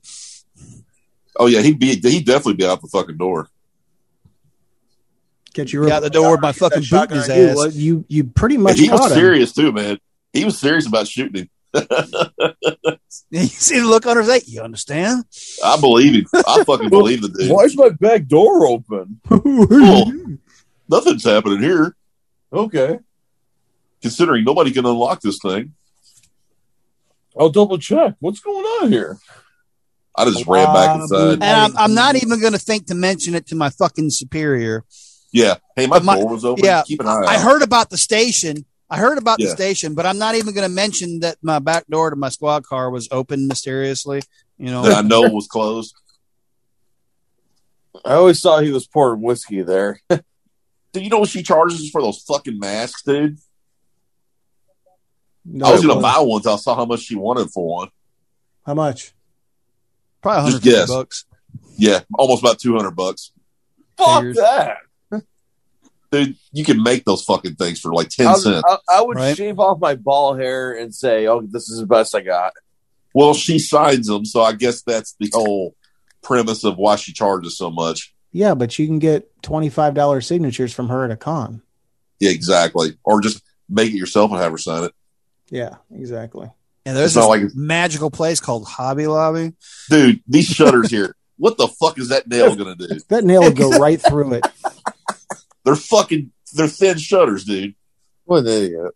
C: Oh yeah, he'd be he'd definitely be out the fucking door.
B: catch you
D: Got the door with my fucking boot in his
B: You,
D: ass.
B: you you pretty
C: And
B: much
C: he
B: caught
C: was
B: him.
C: serious too, man. He was serious about shooting him.
D: You see the look on her face. You understand?
C: I believe him. I fucking believe the dude.
E: Why's my back door open?
C: Cool. Nothing's happening here,
E: Okay,
C: considering nobody can unlock this thing.
E: I'll double check. What's going on here?
C: I just ran back
B: Ah,
C: inside.
D: And I'm, I'm not even going to think to mention it to my fucking superior.
C: Yeah. Hey, my,
D: My-
C: door was open.
D: yeah.
C: Keep an eye out.
D: I heard about the station. I heard about the
C: Oh. Yeah.
D: station, but I'm not even going to mention that my back door to my squad car was open mysteriously. You
C: that
D: know,
C: I know it was closed.
E: I always thought he was pouring whiskey there.
C: Dude, you know what she charges us for those fucking masks, dude?
B: No,
C: I was gonna
B: it
C: buy one until I saw how much she wanted for one.
B: How much?
D: probably
C: just
D: 150
C: guess.
D: bucks.
C: Yeah, almost about two hundred bucks.
E: Fuck
D: Figures.
E: that!
C: Dude, you can make those fucking things for like
E: I,
C: ten
E: was-
C: cents.
E: I, I would
D: Right.
E: shave off my ball hair and say, "Oh, this is the best I got."
C: Well, she signs them, so I guess that's the whole premise of why she charges so much.
B: Yeah, but you can get twenty five dollars signatures from her at a con.
C: Yeah, exactly. Or just make it yourself and have her sign it.
B: Yeah, exactly.
D: And there's
C: It's not
D: this
C: like-
D: magical place called Hobby Lobby.
C: Dude, these shutters here. What the fuck is that nail gonna do?
B: That nail would go right through it.
C: They're fucking they're thin shutters, dude.
E: What an idiot!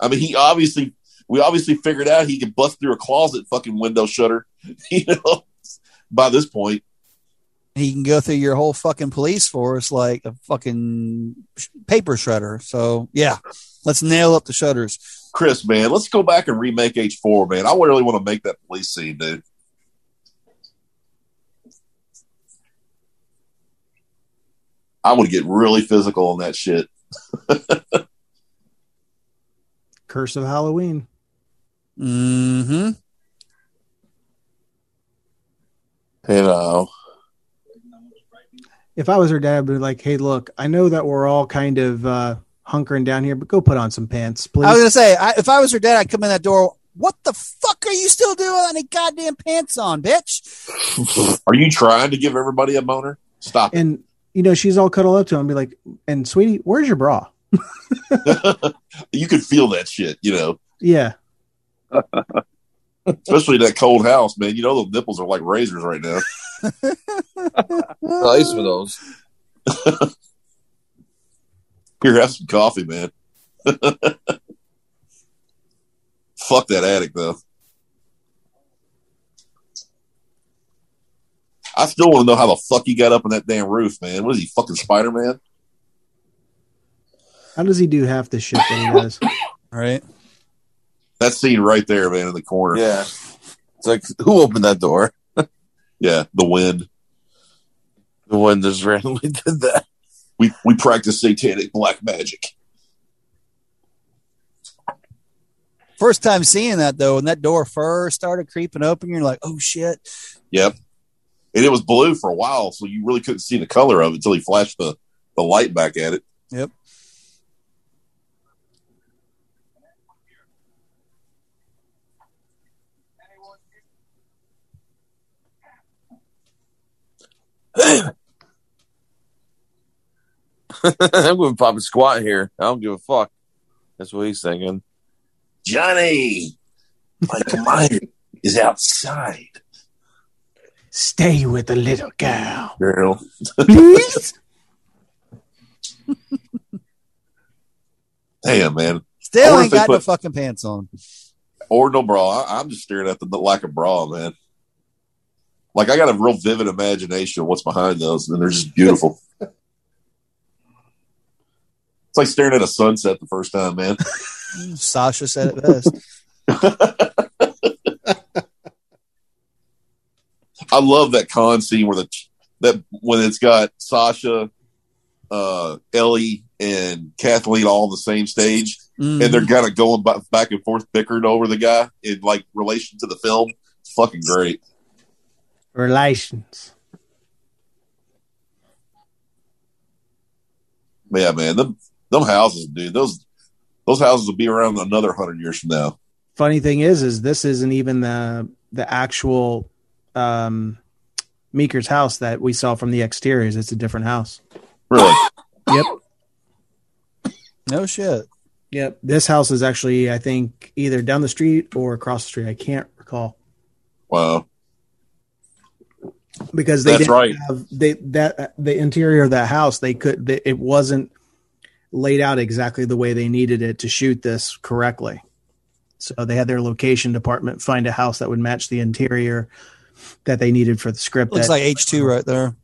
C: I mean he obviously we obviously figured out he could bust through a closet fucking window shutter, you know, by this point.
D: He can go through your whole fucking police force like a fucking sh- paper shredder. So yeah, let's nail up the shutters.
C: Chris, man, let's go back and remake H four, man. I really want to make that police scene, dude. I would get really physical on that shit.
B: Curse of Halloween.
D: hmm
E: You know,
B: If I was her dad, I'd be like, "Hey, look, I know that we're all kind of uh, hunkering down here, but go put on some pants, please."
D: I was gonna say, I, if I was her dad, I'd come in that door. What the fuck are you still doing with any goddamn pants on, bitch?
C: Are you trying to give everybody a boner? Stop it.
B: and you know, she's all cuddled up to him, and be like, "And sweetie, where's your bra?"
C: you could feel that shit, you know,
B: Yeah,
C: especially in that cold house, man. You know, those nipples are like razors right now.
E: nice with those.
C: Here, have some coffee, man. Fuck that attic, though. I still want to know how the fuck he got up on that damn roof, man. What is he, fucking Spider Man?
B: how does he do half the shit that he does?
D: All right.
C: That scene right there, man, in the corner. Yeah,
E: Yeah, it's like who opened that door?
C: the wind.
E: The one just randomly did that.
C: We we practice satanic black magic.
D: First time seeing that though, and that door first started creeping open, you're like, oh shit.
C: Yep. And it was blue for a while, so you really couldn't see the color of it until he flashed the, the light back at it.
D: Yep.
E: I'm going to pop a squat here. I don't give a fuck. That's what he's thinking.
C: Johnny, Michael Myers is outside.
B: Stay with the little gal,
C: Girl.
B: please.
C: Damn, man. I
D: Still
C: wonder
D: ain't
C: if they
D: got no
C: put-
D: fucking pants on.
C: Or no bra. I, I'm just staring at the lack of bra, man. Like, I got a real vivid imagination of what's behind those, and they're just beautiful. it's like staring at a sunset the first time, man.
D: Sasha said it best.
C: I love that con scene where the that when it's got Sasha, uh, Ellie, and Kathleen all on the same stage,
D: Mm.
C: and they're kind of going ba- back and forth bickering over the guy in like relation to the film. It's fucking great.
B: Relations.
C: But yeah, man, them them houses, dude. Those those houses will be around another hundred years from now.
B: Funny thing is, is this isn't even the the actual um, Meeker's house that we saw from the exteriors. It's a different house.
C: Really,
D: no shit.
B: Yep. This house is actually, I think, either down the street or across the street. I can't recall
C: wow.
B: because they
C: That's
B: didn't
C: right.
B: have they that the interior of that house. They could they, it wasn't laid out exactly the way they needed it to shoot this correctly. So they had their location department find a house that would match the interior that they needed for the script.
D: Looks
B: that-
D: like H two right there.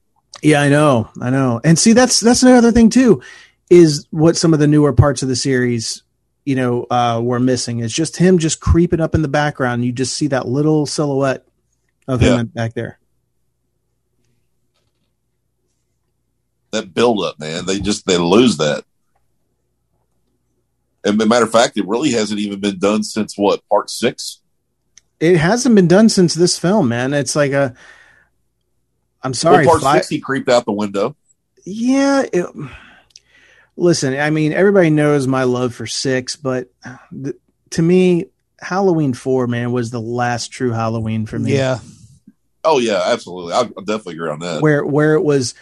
B: Yeah, I know, I know. And see, that's that's another thing too, is what some of the newer parts of the series, you know, uh, were missing. It's just him just creeping up in the background. You just see that little silhouette of him
C: Yeah.
B: back there.
C: That build up, man. They just they lose that. And matter of fact, it really hasn't even been done since what part six.
B: It hasn't been done since this film, man. It's like a. I'm sorry,
C: well, part
B: fi-
C: six, he creeped out the window.
B: yeah. It, listen, I mean, everybody knows my love for six, but th- to me, Halloween four, man, was the last true Halloween for me.
D: Yeah.
C: Oh yeah, absolutely. I'll, I'll definitely agree on that.
B: where where it was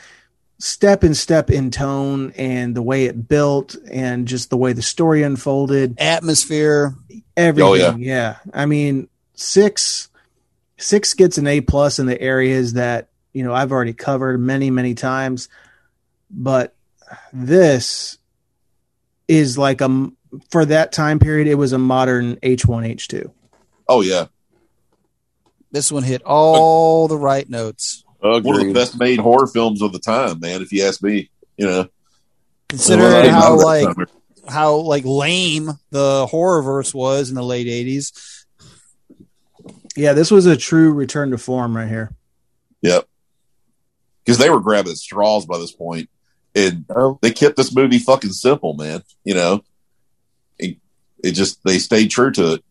B: step in step in tone and the way it built and just the way the story unfolded
D: Atmosphere.
B: everything
C: Oh, yeah.
B: yeah i mean six six gets an a plus in the areas that you know i've already covered many many times but this is like a m- for that time period it was a modern h1h2
C: Oh yeah,
D: This one hit all the right notes.
C: one of the
E: Agreed.
C: best made horror films of the time, man. If you ask me, you know,
D: Considering
C: Came out
D: how
C: of that
D: like
C: time.
D: how like lame the horror verse was in the late eighties.
B: yeah this was a true return to form right here
C: because they were grabbing at straws by this point, and
E: Oh.
C: they kept this movie fucking simple, man. You know, it, it just they stayed true to it.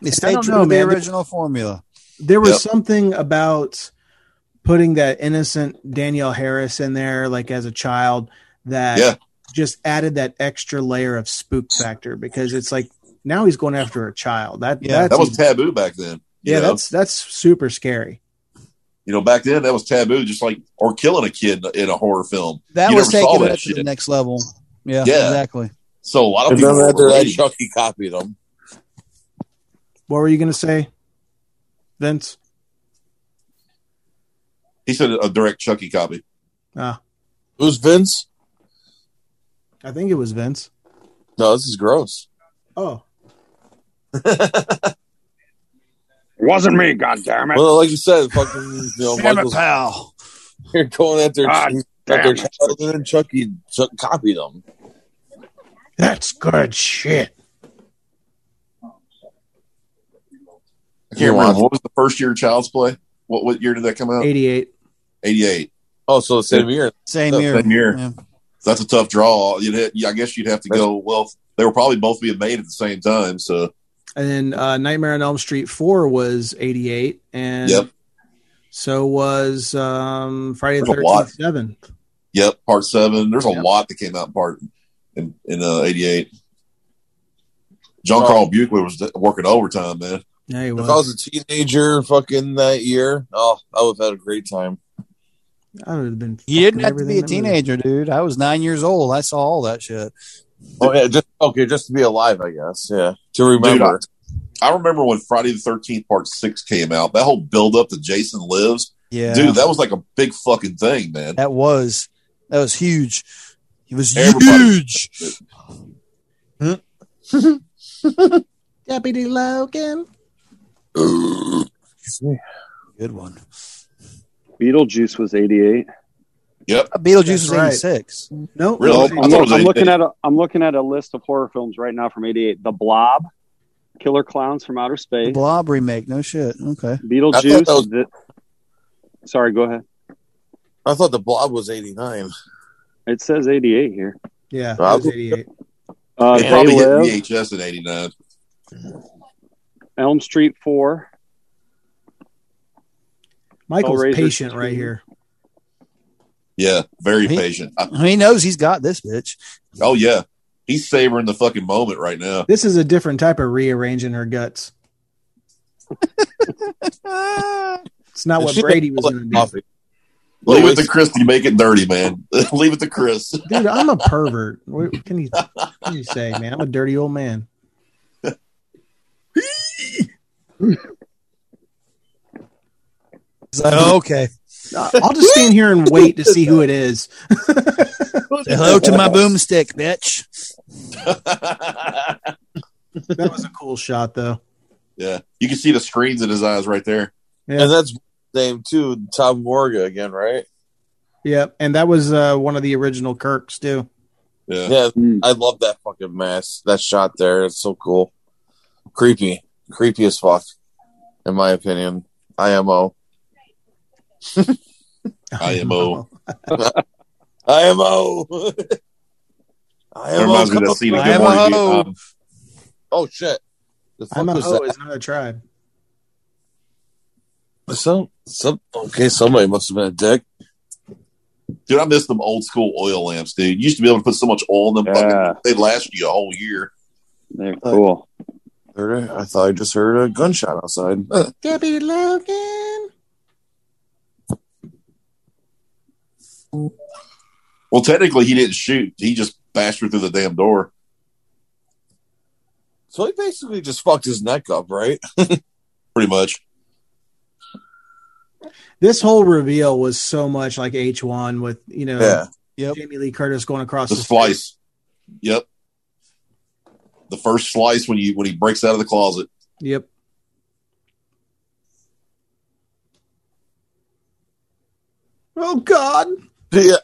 D: They stayed
B: don't
D: true
B: know,
D: to
B: man.
D: the original formula.
B: there was
C: Yep.
B: something about putting that innocent Danielle Harris in there, like as a child, that
C: Yeah.
B: just added that extra layer of spook factor because it's like now he's going after a child. That
D: Yeah.
B: that's
C: That was taboo back then. You
B: yeah,
C: know?
B: that's that's super scary.
C: you know back then that was taboo, just like or killing a kid in a- in a horror film.
D: That
C: You
D: was
C: never saw
D: taking
C: that
D: it to the
C: shit.
D: next level. Yeah,
C: Yeah.
D: exactly.
C: So a lot of
E: And
C: people
E: then
C: were
E: after that,
C: relating.
E: Chucky copied them.
B: What were you gonna say, Vince?
C: he said a direct Chucky copy.
E: Who's Vince?
B: I think it was Vince.
E: No, this is gross.
B: Oh,
H: wasn't me, goddammit.
E: Well, like you said, fucking, you know, Michael's
D: pal.
E: here going at their,
H: God
E: at their
H: damn it.
E: child, and then Chucky Chuck copied them.
B: that's good shit.
C: I can't remember what was the first year of Child's Play. What what year did that come out?
B: Eighty-eight.
C: Eighty eight.
E: Oh, so the same year.
D: Same
E: Same
D: year.
C: year.
D: Yeah.
C: So that's a tough draw. You'd ha- yeah, I guess you'd have to go. Well, They were probably both being made at the same time. So
B: And then uh, Nightmare on Elm Street 4 was 88. And
C: Yep.
B: so was um, Friday the
C: There's a lot.
B: 13th 7.
C: yep, part seven. There's a
B: Yep.
C: lot that came out in part in in uh, '88. John Carl Buchler was working overtime, man.
B: Yeah, he
E: If I
B: was.
E: was a teenager fucking that year, oh, I would have had a great time.
B: I would have been.
D: You didn't
B: fucking
D: have to be a
B: everything that movie.
D: teenager, dude. I was nine years old. I saw all that shit.
E: Oh yeah, just okay, just to be alive, I guess. Yeah, to remember.
C: I remember when Friday the Thirteenth Part Six came out. That whole build up to Jason Lives,
D: Yeah,
C: dude, that was like a big fucking thing, man.
D: that was that was huge. It was
C: Everybody-
D: huge.
B: Deputy Logan.
D: Good one.
G: Beetlejuice was 88.
D: Uh, Beetlejuice was
B: That's right.
D: eighty six.
B: Nope.
C: Really? I
G: Well,
C: thought
G: I'm,
C: it
G: look-
C: was
G: I'm
C: 88.
G: looking at a I'm looking at a list of horror films right now from '88. The Blob, Killer Clowns from Outer Space,
D: Blob remake. No shit. Okay.
E: I thought
G: Beetlejuice.
E: that was-
G: the- Sorry, go ahead.
E: I thought the Blob was eighty nine.
G: It says 88 here.
B: Yeah, it
E: Rob?
B: was 88.
G: Uh,
C: They
G: they
C: probably hit
G: Live,
C: VHS in '89.
G: Elm Street 4,
B: Michael's
G: Hellraiser
B: patient right
G: two.
B: here.
C: Yeah, very
D: He-
C: patient. I-
D: He knows he's got this bitch.
C: oh yeah, he's savoring the fucking moment right now.
B: This is a different type of rearranging her guts.
C: Ah.
B: It's not what
E: She made
B: Brady was
E: all
B: going
E: that
B: to do.
E: coffee.
C: Leave
E: Louis.
C: it to Chris to make it dirty, man. Leave it to Chris.
B: Dude, I'm a pervert. What what can you, what can you say, man? I'm a dirty old man.
D: He's like, "Oh, okay.
B: Uh, I'll just stand here and wait to see who it is.
D: Say hello to my boomstick, bitch.
B: That was a cool shot, though.
C: yeah, you can see the screens in his eyes right there.
B: Yeah.
E: And that's name too, Tom Morga again, right?
B: Yeah, and that was uh, one of the original Kirks too.
C: Yeah,
E: Yeah,
G: Mm.
E: I love that fucking mask. That shot there, it's so cool. Creepy, creepy as fuck, in my opinion. IMO,
C: IMO.
E: IMO, IMO.
C: that reminds me of that scene in
D: I
C: Good
D: am a
C: Morning
D: hoe.
C: Vietnam.
E: Oh shit! The fuck
B: I'm a
E: was
B: hoe
E: that?
B: is Oh, not a tribe.
E: Some, some, okay, somebody must have been a dick.
C: Dude, I miss them old school oil lamps, dude. You used to be able to put so much oil in them.
G: Yeah.
C: Fucking, they last you a whole year.
G: they're cool.
E: Heard a- I thought I just heard a gunshot outside. Uh,
B: Debbie Logan.
C: Well, technically, he didn't shoot. He just bashed her through the damn door.
E: so he basically just fucked his neck up, right?
C: Pretty much.
B: This whole reveal was so much like H1 with you know
E: Yeah.
D: Yep.
B: Jamie Lee Curtis going across
C: The
B: the-
C: slice. Yep. The first slice when you when he breaks out of the closet.
B: Yep. Oh God!
E: Yeah,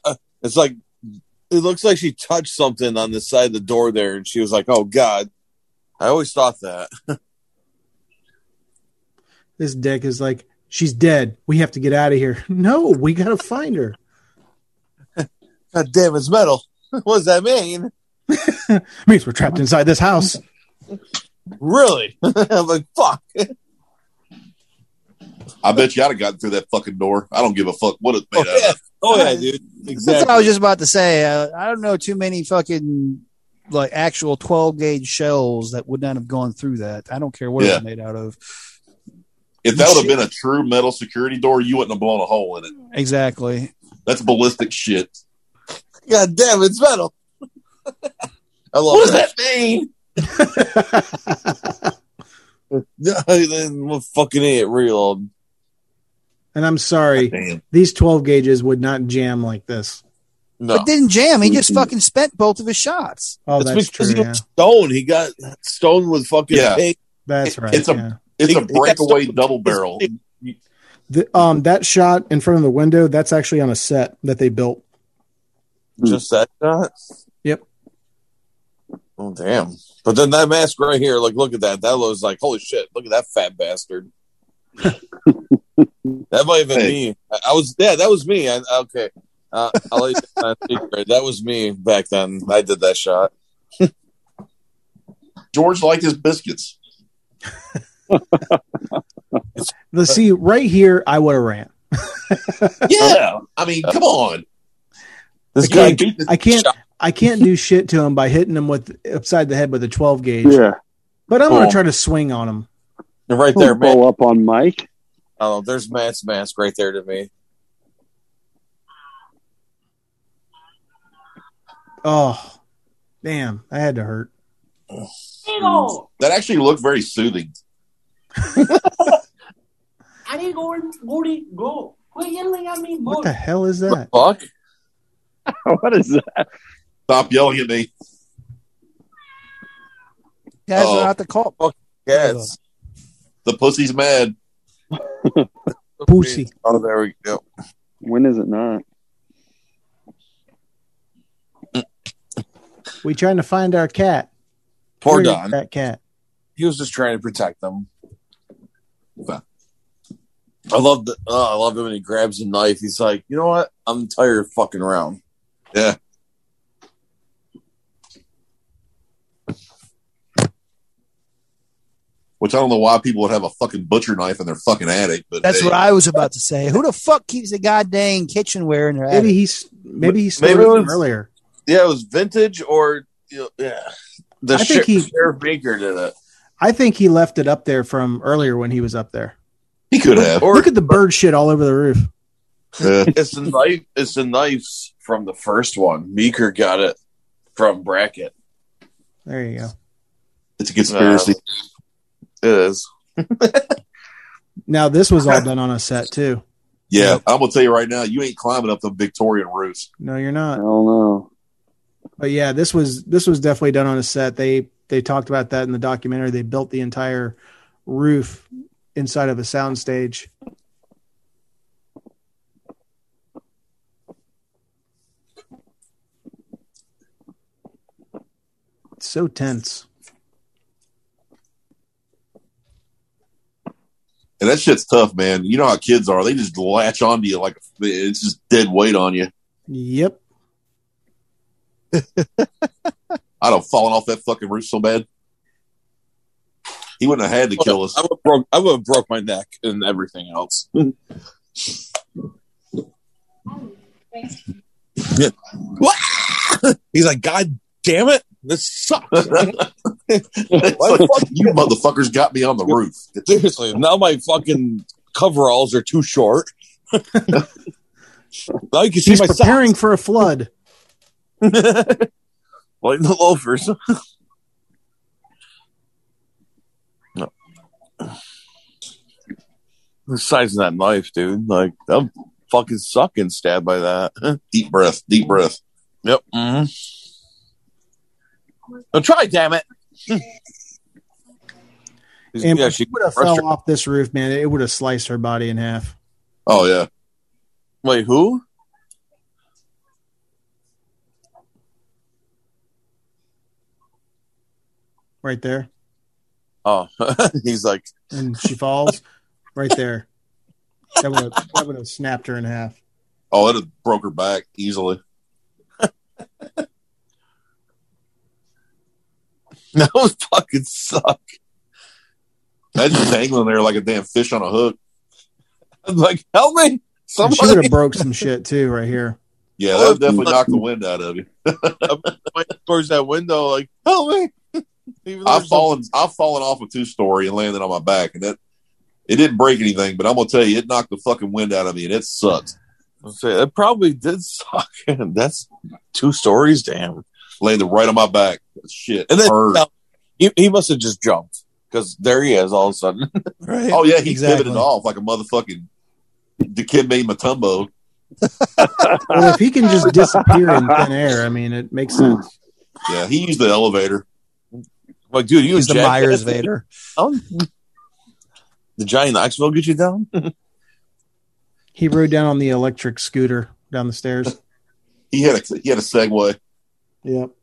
E: it's like it looks like she touched something on the side of the door there, and she was like, "Oh God." I always thought that.
B: This dick is like she's dead. We have to get out of here. No, we gotta find her.
E: God damn, it's metal. What does that mean?
B: means we're trapped inside this house.
E: Really? I'm like, fuck.
C: I bet you I'd have gotten through that fucking door. I don't give a fuck what it's made
E: Oh, yeah.
C: out of.
E: Oh yeah, dude.
D: That's what I
E: Exactly.
D: was just about to say. Uh, I don't know too many fucking like actual 12 gauge shells that would not have gone through that. I don't care what
C: Yeah.
D: it's made out of.
C: If that would have been a true metal security door, you wouldn't have blown a hole in it.
D: Exactly.
C: That's ballistic shit.
E: God damn, it's metal. I love
C: What does
E: that.
C: that mean?
E: I'm a fucking idiot, real.
B: And I'm sorry,
C: Damn.
B: these 12 gauges would not jam like this.
E: No,
D: It didn't jam. He just
C: Mm-hmm.
G: Mhm.
D: fucking spent both of his shots.
B: Oh,
E: it's
B: that's
E: because
B: true.
E: he
B: yeah.
E: was stoned. He got stoned with fucking
C: Yeah.
E: pain.
B: That's
C: it-
B: right.
C: it's a-
B: yeah.
C: It's
E: He-
C: a
E: he got
C: breakaway
E: stuck-
C: double barrel.
B: The- um, that shot in front of the window, that's actually on a set that they built.
E: Just that shot.
B: Yep.
E: Oh damn! But then that mask right here, like, look at that. That looks like holy shit. Look at that fat bastard. that might have been
C: Hey.
E: me. I, I was yeah, that was me. I, okay, uh, I'll let you know my secret. That was me back then. I did that shot.
C: George liked his biscuits.
B: The see right here, I would have ran.
C: Yeah, I mean, come on.
E: This
B: I
E: guy
B: can't, I can't. I can't do shit to him by hitting him with upside the head with a twelve gauge.
G: Yeah.
B: But I'm
E: Oh.
B: gonna try to swing on him.
E: right there,
G: Don't
E: man.
G: blow up on Mike.
E: Oh, there's Matt's mask right there to me.
B: Oh, damn! I had to hurt.
I: Diego,
C: That actually looked very soothing.
I: I need to go and Gordy go. Quit yelling at me,
B: What the
I: Gordy.
B: hell is that?
E: Fuck.
G: what is that?
C: Stop yelling at me.
D: Guys
C: Oh.
D: are out the call.
E: Yes.
C: The pussy's mad.
B: Pussy.
E: Oh, there we go.
G: When is it not?
B: We trying to find our cat.
E: Poor
B: Where's
E: Don.
B: That cat.
E: He was just trying to protect them. I love the. Oh, I love him when he grabs a knife. He's like, you know what? I'm tired of fucking around. Yeah.
C: Which I don't know why people would have a fucking butcher knife in their fucking attic, but
D: That's
C: hey.
D: what I was about to say. Who the fuck keeps the goddamn kitchenware in their
B: Maybe
D: attic?
B: he's maybe he stole
E: Maybe it
B: it from
E: was-
B: earlier.
E: Yeah, it was vintage or you know, yeah. The
B: I think
E: Sher-
B: he-
E: Sheriff Baker did it.
B: I think he left it up there from earlier when he was up there.
C: he could have.
E: Or
B: Look at the bird shit all over the roof.
C: Yeah.
E: it's the knife. It's the knives from the first one. Meeker got it from Brackett.
B: There you go.
C: it's a conspiracy.
E: Uh, It is.
B: Now this was all done on a set too.
C: yeah, I'm gonna tell you right now, you ain't climbing up them Victorian roofs.
B: No, you're
G: I
B: not.
G: don't know.
B: But yeah, this was this was definitely done on a set. They they talked about that in the documentary. They built the entire roof inside of a soundstage. It's so tense.
C: And that shit's tough, man. You know how kids are. They just latch onto you like it's just dead weight on you.
B: Yep.
C: I'd have fallen off that fucking roof so bad. He wouldn't have had to kill us.
E: I would have broke. I would have broke my neck and everything else. He's like, God damn it, this sucks.
C: It's like, fuck you motherfuckers got me on the roof.
E: Seriously, now my fucking coveralls are too short. now you can see
B: He's
E: my
B: preparing
E: socks.
B: for a flood.
E: like the loafers. no. The size of that knife, dude. Like, I'm fucking sucking stabbed by that.
C: Deep breath, deep breath.
E: yep. Mm-hmm. Now try, damn it.
B: And
E: Yeah,
B: if she
E: she-
B: would have fell off this roof, man. It would have sliced her body in half.
C: Oh yeah.
E: Wait, who?
B: Right there.
E: Oh, he's like,
B: And she falls right there. That would have, that would have snapped her in half.
C: Oh, it'd have broke her back easily.
E: that was fucking suck.
C: That's just dangling there like a damn fish on a hook.
E: I'm like, help me.
B: And she would
E: Somebody
B: have broke some shit too right here.
C: Yeah,
E: Oh,
C: that would definitely knock the wind out of you.
E: went towards that window, like, help me. Even though
C: I've
E: there's
C: fallen I've fallen off a two story and landed on my back and that it didn't break anything, but I'm gonna tell you it knocked the fucking wind out of me and it sucked.
E: no- Say, It probably did suck. That's two stories, damn.
C: Landed right on my back. Shit.
E: And then
C: hurt.
E: now, he, he must have just jumped because there he is all of a sudden.
D: Right.
C: oh yeah, he
B: Exactly.
C: pivoted off like a motherfucking Dikembe Matumbo.
B: Well, if he can just disappear in thin air, I mean, it makes sense.
C: Yeah, he used the elevator.
E: like, dude, you
D: He's
E: was
D: the Myers Vader.
E: The giant Knoxville get you down?
B: He rode down on the electric scooter down the stairs.
C: He had a he had a Segway.
B: Yep.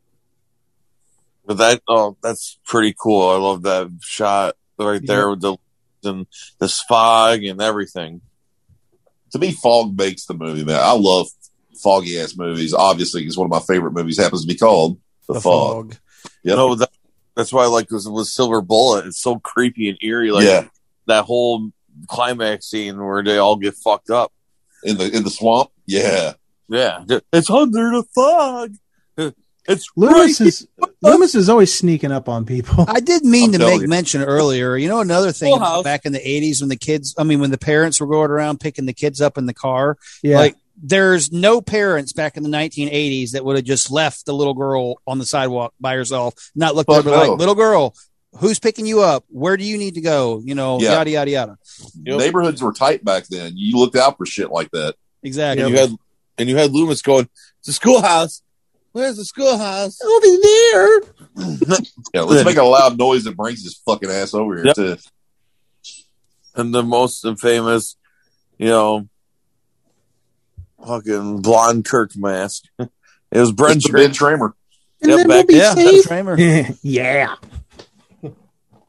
E: But that, oh, that's pretty cool. I love that shot right there with the and this fog and everything.
C: To me, fog makes the movie, man. I love foggy ass movies. Obviously, it's one of my favorite movies. Happens to be called The, fog. Yep.
E: No, that That's why I like this with Silver Bullet. It's so creepy and eerie. Like
C: yeah,
E: that whole climax scene where they all get fucked up.
C: in the in the swamp. Yeah,
E: Yeah, it's under the fog. It's
B: Loomis
E: right
B: is Loomis is always sneaking up on people.
D: I did mean
C: I'm
D: to
C: telling
D: make
C: you.
D: mention earlier. You know, another thing
E: Full
D: about
E: House.
D: back in the '80s when the kids, I mean, when the parents were going around picking the kids up in the car.
B: Yeah,
D: Like, There's no parents back in the 1980s that would have just left the little girl on the sidewalk by herself, not looked
C: Fuck
D: over
C: no.
D: like, "Little girl, who's picking you up? Where do you need to go?" You know,
C: Yeah.
D: yada yada yada.
E: Yep.
C: neighborhoods were tight back then. You looked out for shit like that.
D: Exactly.
E: and you had and you had Loomis going, "It's the schoolhouse. Where's the schoolhouse?"
B: over there.
C: Yeah, let's make a loud noise that brings his fucking ass over here
E: Yep.
C: too.
E: And the most famous, you know, fucking blonde Kirk mask. It was
C: Ben,
E: Brent
C: ben Tramer.
E: Yeah, back- yeah.
D: Kramer.
B: yeah,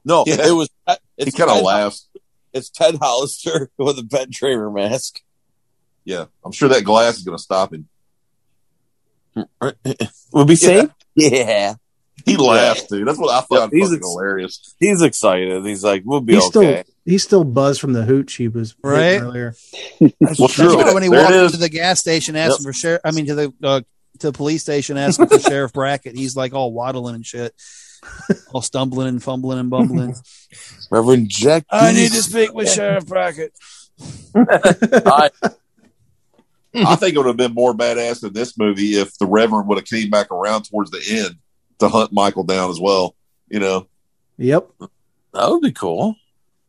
E: No,
C: Yeah.
E: it was. It's
C: He kind of
E: Ted-
C: laughs.
E: It's Ted Hollister with a Ben Tramer mask.
C: Yeah, I'm sure that glass is going to stop him.
E: Would be
C: safe?
E: Yeah,
C: He laughs, dude. That's what I found
E: Yeah, he's
C: fucking
E: ex-
C: hilarious.
E: he's excited. He's like, "We'll be
B: he's
E: okay."
B: still he's still buzzed from the hooch he was hitting
D: Right?
B: earlier.
E: That's
C: Well,
D: That's
C: true.
D: why when he
C: There it
D: walked
C: is.
D: to the gas station asking for sheriff, I mean to the uh, to the police station asking for Sheriff Brackett, he's like all waddling and shit, all stumbling and fumbling and bumbling.
E: Reverend Jack.
D: speak with Sheriff Brackett.
C: I think it would have been more badass in this movie if the Reverend would have came back around towards the end to hunt Michael down as well. You know,
B: Yep.
E: That would be cool.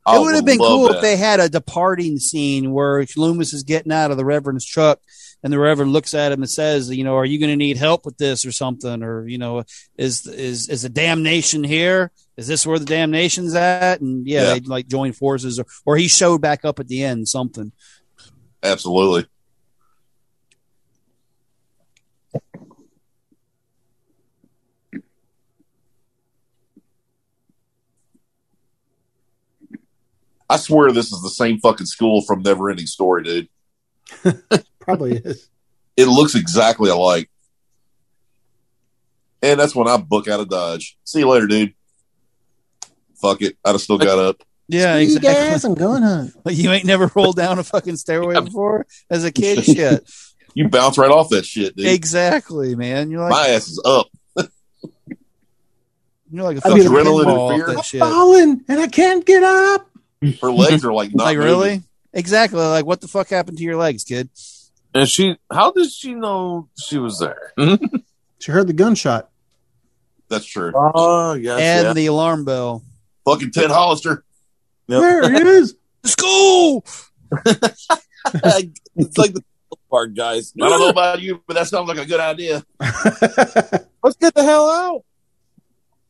C: I
D: it would have been
C: love
D: cool
C: that.
D: if they had a departing scene where Loomis is getting out of the Reverend's truck and the Reverend looks at him and says, you know, are you going to need help with this or something? Or, you know, is, is, is the damnation here? Is this where the damnation's at? And yeah,
C: Yeah.
D: they'd like join forces or, or he showed back up at the end, something.
C: Absolutely. I swear this is the same fucking school from Never Ending Story, dude.
B: Probably is.
C: It looks exactly alike. And that's when I book out of Dodge. See you later, dude. Fuck it. I'd have still got up.
D: Yeah,
B: I'm going hunt.
D: Like you ain't never rolled down a fucking stairway before as a kid. Shit.
C: You bounce right off that shit, dude.
D: exactly, man. You're like
C: My ass is up.
D: you're like a
B: I'd be
D: fucking
C: like- Adrenaline and
D: pinball off
C: fear.
D: that shit.
B: Falling and I can't get up.
C: Her legs are like not
D: Like
C: moving.
D: really? Exactly. Like what the fuck happened to your legs, kid?
E: And she, how did she know she was there?
B: She heard the gunshot.
C: That's true.
E: Oh yes,
D: and
E: yeah.
D: the alarm bell.
C: Fucking Ted Hollister.
E: Yep.
B: There it is.
D: School.
E: it's like the part, guys.
C: I don't know about you, but that sounds like a good idea.
E: Let's get the hell out.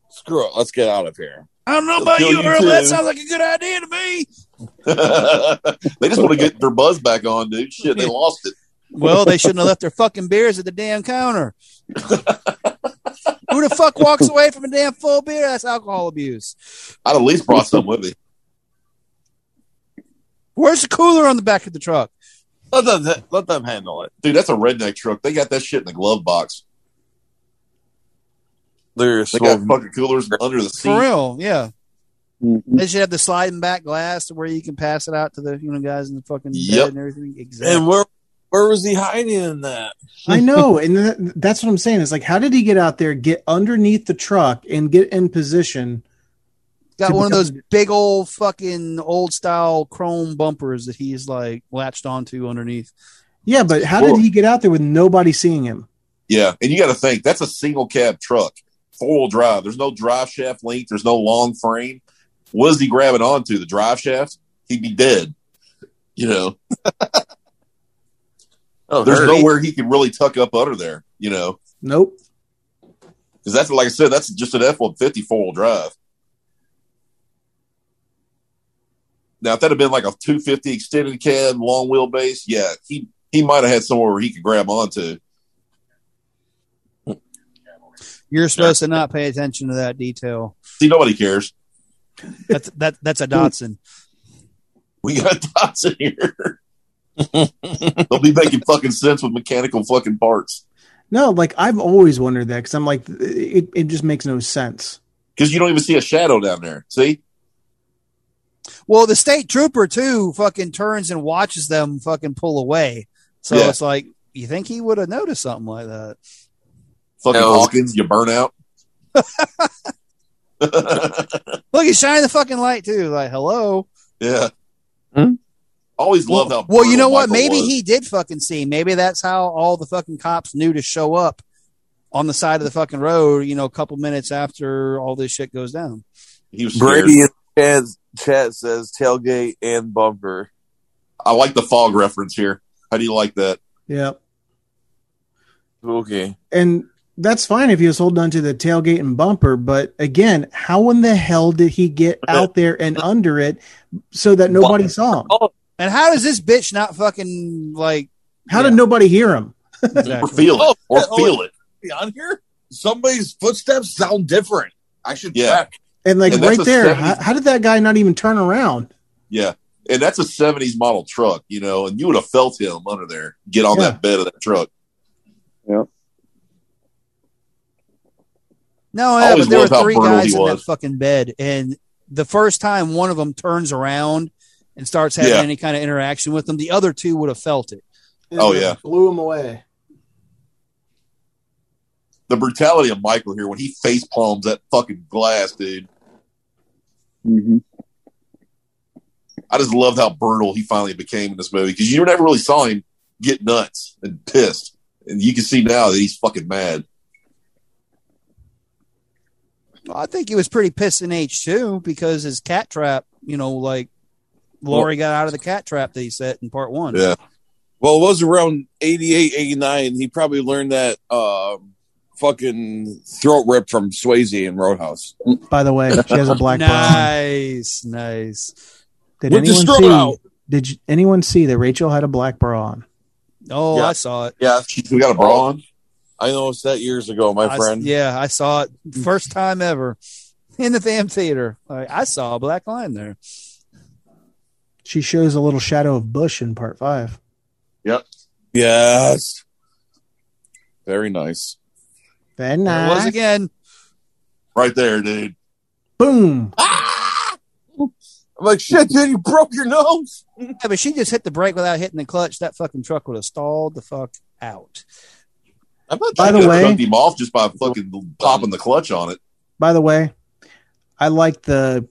E: Screw it. Let's get out of here.
D: I don't know
C: about Kill you, you Earl, but that too. sounds
D: like a good idea to me.
C: they just want to get their buzz back on, dude. Shit, they lost it.
D: Well, they shouldn't have left their fucking beers at the damn counter. Who the fuck walks away from a damn full beer? That's alcohol abuse.
C: I'd at least brought some with me.
D: Where's the cooler on the back of the truck?
E: Let them let them handle it.
C: Dude, that's a redneck truck. They got that shit in the glove box.
E: They're
C: They got
E: smoking.
C: fucking coolers under the
D: For
C: seat.
D: real, yeah.
C: Mm-hmm.
G: Mhm.
D: They should have the sliding back glass to where you can pass it out to the you know guys in the fucking
C: Yep.
D: bed and everything. Exactly.
E: and where where was he hiding in that?
B: I know, and th- that's what I'm saying. It's like, how did he get out there, get underneath the truck, and get in position?
D: Got
B: to
D: one of
B: become-
D: those big old fucking old style chrome bumpers that he's like latched onto underneath.
B: Yeah, but how did
C: Cool.
B: he get out there with nobody seeing him?
C: Yeah, and you got to think that's a single cab truck, four wheel drive. There's no drive shaft length. There's no long frame. What is he grabbing onto? The drive shaft? He'd be dead. You know,
E: Oh,
C: there's
E: Herb.
C: nowhere he can really tuck up under there. You know,
B: Nope.
C: because that's like I said, that's just an F one fifty four wheel drive. Now, if that had been like a two fifty extended cab, long wheelbase, yeah, he he might have had somewhere where he could grab onto.
D: You're supposed to not pay attention to that detail.
C: See, nobody cares.
D: That's that that's a Dotson.
C: We got dots in here. They'll be making fucking sense with mechanical fucking parts.
B: No, like I've always wondered that because I'm like, it, it just makes no sense.
C: because you don't even see a shadow down there. See,
D: Well, the state trooper too fucking turns and watches them fucking pull away. So
C: Yeah.
D: it's like you think he would have noticed something like that.
C: fucking
E: No.
C: Hawkins, you burn out.
D: Look, he's shining the fucking light too. Like, hello.
C: yeah.
E: Hmm?
C: Always love how.
D: Well, you know
C: brutal
D: what?
C: Michael
D: Maybe
C: was.
D: he did fucking see. Maybe that's how all the fucking cops knew to show up on the side of the fucking road. You know, a couple minutes after all this shit goes down.
C: he was scared.
E: Brady in chat, chat says tailgate and bumper.
C: I like the fog reference here. How do you like that?
B: Yeah.
E: Okay.
B: And that's fine if he was holding on to the tailgate and bumper, but again, how in the hell did he get out there and under it so that nobody saw
C: oh,
B: him?
D: And how does this bitch not fucking like?
B: How did nobody hear him?
C: Or
D: Exactly.
C: feel it? Or
E: Oh,
C: feel it?
E: On here, somebody's footsteps sound different. I should
C: Yeah.
E: check.
B: And like
C: Yeah, that's
B: right
C: a
B: there,
C: 70s
B: how, how did that guy not even turn around?
C: Yeah. And that's a 70s model truck, you know, and you would have felt him under there, get on
B: Yeah.
C: that bed of that truck.
D: No,
C: I
D: yeah,
C: always
D: but there were
C: loved how
D: three
C: brutal
D: guys
C: he
D: in that
C: was.
D: fucking bed, and the first time one of them turns around and starts having
C: Yeah.
D: any kind of interaction with them, the other two would have felt it.
C: Oh, yeah.
B: Blew him away.
C: The brutality of Michael here when he face palms that fucking glass, dude.
G: Mm-hmm.
C: I just loved how brutal he finally became in this movie because you never really saw him get nuts and pissed. And you can see now that he's fucking mad.
D: I think he was pretty pissed in H two because his cat trap, you know, like Lori got out of the cat trap that he set in part one.
C: Yeah.
E: Well, it was around 88, 89. He probably learned that um, fucking throat rip from Swayze and Roadhouse.
B: By the way, she has a black bra.
D: nice, nice.
B: Did
E: With the
B: anyone
E: straw
B: see?
E: out.
B: Did you, anyone see that Rachel had a black bra on?
D: Oh,
E: Yeah.
D: I saw it.
E: Yeah,
C: We got a brawl on.
E: I noticed that years ago, my
D: I-
E: friend.
D: yeah, I saw it first time ever in the damn theater. Like, I saw a black line there.
B: She shows a little shadow of Bush in part five.
E: Yes. Very nice.
B: Very
D: There it was
B: nice.
D: again.
C: Right there, dude.
B: Boom.
E: I'm like, shit, dude, you broke your nose.
D: Yeah, but she just hit the brake without hitting the clutch. That fucking truck would have stalled the fuck out.
E: I'm not
B: By the
C: Could've
B: way-
C: cut him off just by fucking popping the clutch on it.
B: By the way, I like the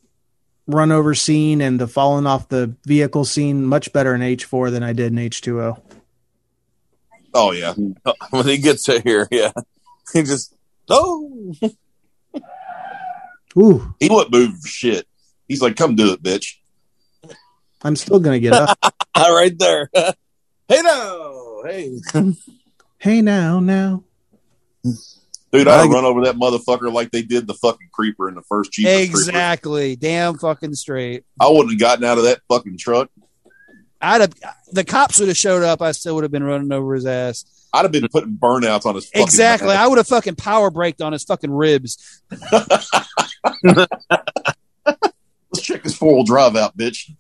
B: run over scene and the falling off the vehicle scene much better in H4 than I did in H2O.
C: Oh, yeah.
E: when he gets it here, yeah. He just, no.
B: Ooh,
C: He wouldn't move for shit. He's like, come do it, bitch.
B: I'm still going to get up.
E: right there. hey, no. Hey.
B: hey, now, now.
C: Dude, I'd
E: Like-
C: run over that motherfucker like they did the fucking creeper in the first Jeepers Creepers.
D: Exactly. Damn fucking straight.
C: I wouldn't have gotten out of that fucking truck.
D: I'd have the cops would have showed up. I still would have been running over his ass.
C: I'd have been putting burnouts on his fucking
D: exactly.
C: back.
D: I would have fucking power braked on his fucking ribs.
C: Let's check this four wheel drive out, bitch.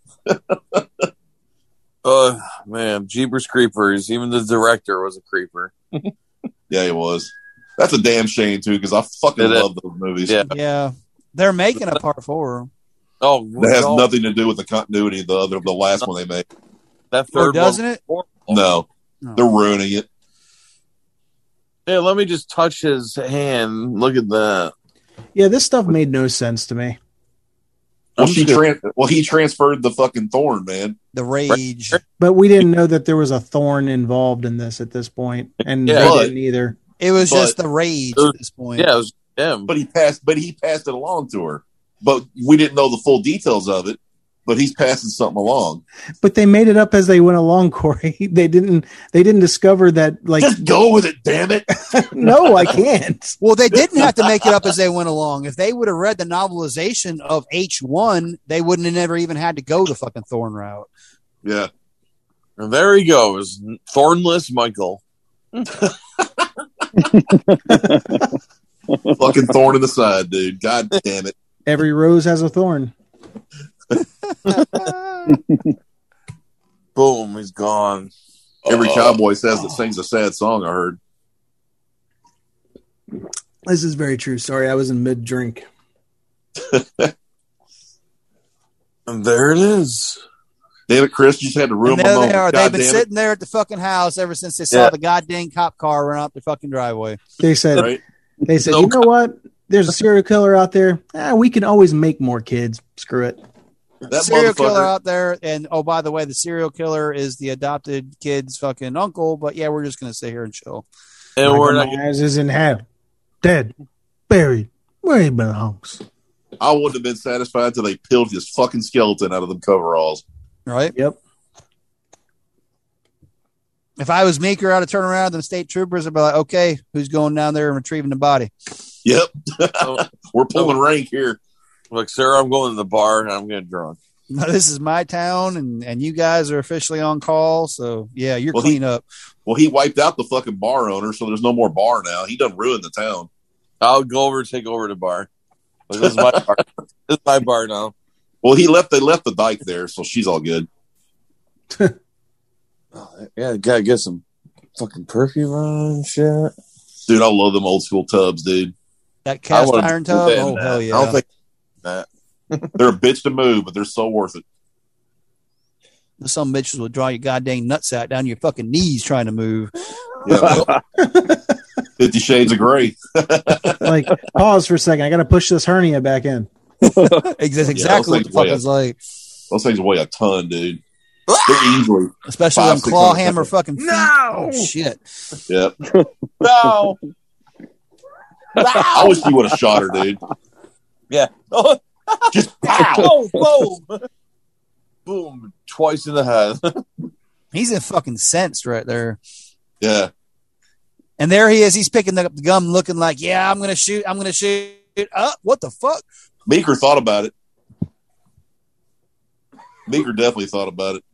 E: Uh, man, Jeepers Creepers. Even the director was a creeper.
C: Yeah, he was. That's a damn shame too, because I fucking
E: It is.
C: love those movies.
E: Yeah.
D: Yeah. They're making a part four.
E: Oh,
C: That has
E: no,
C: nothing to do with the continuity of the other of the last one they made.
E: That
D: Or
E: third
D: doesn't
E: one.
D: it?
C: No.
D: No.
C: They're ruining it.
E: Yeah, let me just touch his hand. Look at that.
B: Yeah, this stuff made no sense to me.
C: Well,
E: I'm
C: she
E: sure-
C: tran- well, he transferred the fucking thorn, man.
D: The rage.
B: But we didn't know that there was a thorn involved in this at this point, and
E: Yeah.
B: they
C: But-
B: didn't either.
D: It was
C: But-
D: just the rage at this point.
E: Yeah, it was him.
C: But he passed. But he passed it along to her. But we didn't know the full details of it. But he's passing something along.
B: But they made it up as they went along, Corey. They didn't. They didn't discover that. Like,
C: Just go with it, damn it.
B: no, I can't.
D: Well, they didn't have to make it up as they went along. If they would have read the novelization of H1, they wouldn't have never even had to go the fucking Thorn route.
C: Yeah.
E: And there he goes. Thornless Michael.
C: fucking thorn in the side, dude. God damn it.
B: Every rose has a thorn.
E: Boom, he's gone.
C: Every
E: Uh,
C: cowboy says that sings a sad song, I heard.
B: This is very true. Sorry, I was in mid drink.
E: And there it is.
C: Damn it, Chris, you just had to ruin
D: And
C: my
D: there
C: moment.
D: they are.
C: God
D: They've been
C: damn it.
D: sitting there at the fucking house ever since they saw
E: Yeah.
D: the goddamn cop car run up the fucking driveway.
B: They said
C: Right?
B: they said,
E: No
B: you know what? There's a serial killer out there. Ah, we can always make more kids. Screw it.
C: That
D: serial killer
C: motherfucker.
D: out there, and oh by the way, the serial killer is the adopted kid's fucking uncle. But yeah, we're just gonna sit here and chill.
E: And we're not
B: Michael Myers is in hell, dead, buried, where he belongs.
C: I wouldn't have been satisfied until they peeled his fucking skeleton out of them coveralls.
D: Right?
B: Yep.
D: If I was Meeker, I'd have turned around to the state troopers and be like, "Okay, who's going down there and retrieving the body?"
C: Yep. We're pulling rank here.
E: like, sir, I'm going to the bar and I'm getting drunk.
D: This is my town, and and you guys are officially on call. So yeah, you're
C: Well, he-
D: clean up.
C: Well, he wiped out the fucking bar owner, so there's no more bar now. He done ruined the town.
E: I'll go over, take over the bar. Like, this is my bar. This is my bar now.
C: Well, he left. They left the dyke there, so she's all good.
E: Oh, yeah, gotta get some fucking perfume on and shit.
C: Dude, I love them old school tubs, dude.
D: That
E: I
D: cast
E: wanna
D: iron
E: do
D: tub.
E: that.
D: Oh hell yeah!
E: I don't think
C: They're a bitch to move, but they're so worth it.
D: Some bitches will draw your goddamn nutsack down your fucking knees trying to move.
C: Yeah, well, Fifty Shades of Grey.
B: Like, pause for a second. I got to push this hernia back in.
D: Ex- That's
C: Yeah, those
D: exactly what the
C: things
D: fuck
C: weigh a-
D: it's like.
C: Those things weigh a ton, dude. They're easily.
D: Especially
C: Five,
D: them
C: six
D: claw
C: hundred
D: hammer
C: pounds.
D: fucking feet. No! shit.
C: Yep.
E: no.
C: I wish you would have shot her, dude.
E: Yeah. Oh,
C: Just pow.
E: oh, boom, boom, twice in the head.
D: He's in fucking sense right there.
C: Yeah.
D: And there he is. He's picking up the gum looking like, yeah, I'm going to shoot. I'm going to shoot. Up. What the fuck?
C: Meeker thought about it. Meeker definitely thought about it.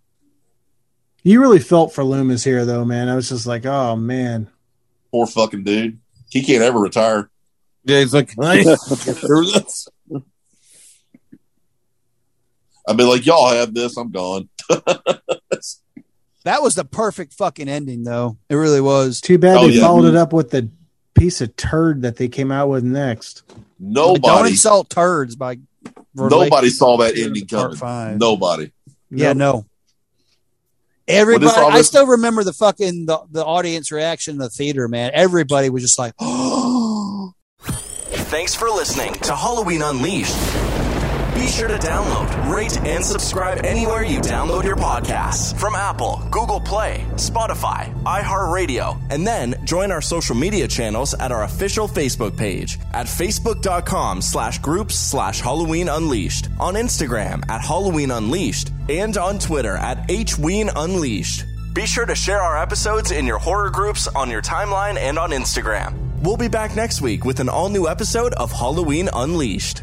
B: You really felt for Loomis here, though, man. I was just like, oh man,
C: Poor fucking dude. He can't ever retire.
E: yeah, he's like, "Can I get through this?"
C: I'd be like, y'all have this. I'm gone.
D: That was the perfect fucking ending, though. It really was.
B: too bad
C: Oh,
B: they
C: yeah.
B: followed it up with the piece of turd that they came out with next.
D: But Don't
C: Nobody,
D: insult turds by.
C: nobody saw that
D: relation
C: ending
D: to part
C: coming.
D: five.
C: Nobody.
D: Yeah,
B: Nope.
D: no.
C: Well,
D: Everybody,
C: this all
D: I
C: this-
D: still remember the fucking the, the audience reaction in the theater, man. Everybody was just like,
A: Thanks for listening to Halloween Unleashed. Be sure to download, rate, and subscribe anywhere you download your podcasts from Apple, Google Play, Spotify, iHeartRadio, and then join our social media channels at our official Facebook page at facebook.com slash groups slash Halloween Unleashed, on Instagram at Halloween Unleashed, and on Twitter at HWeen Unleashed. Be sure to share our episodes in your horror groups, on your timeline, and on Instagram. We'll be back next week with an all new episode of Halloween Unleashed.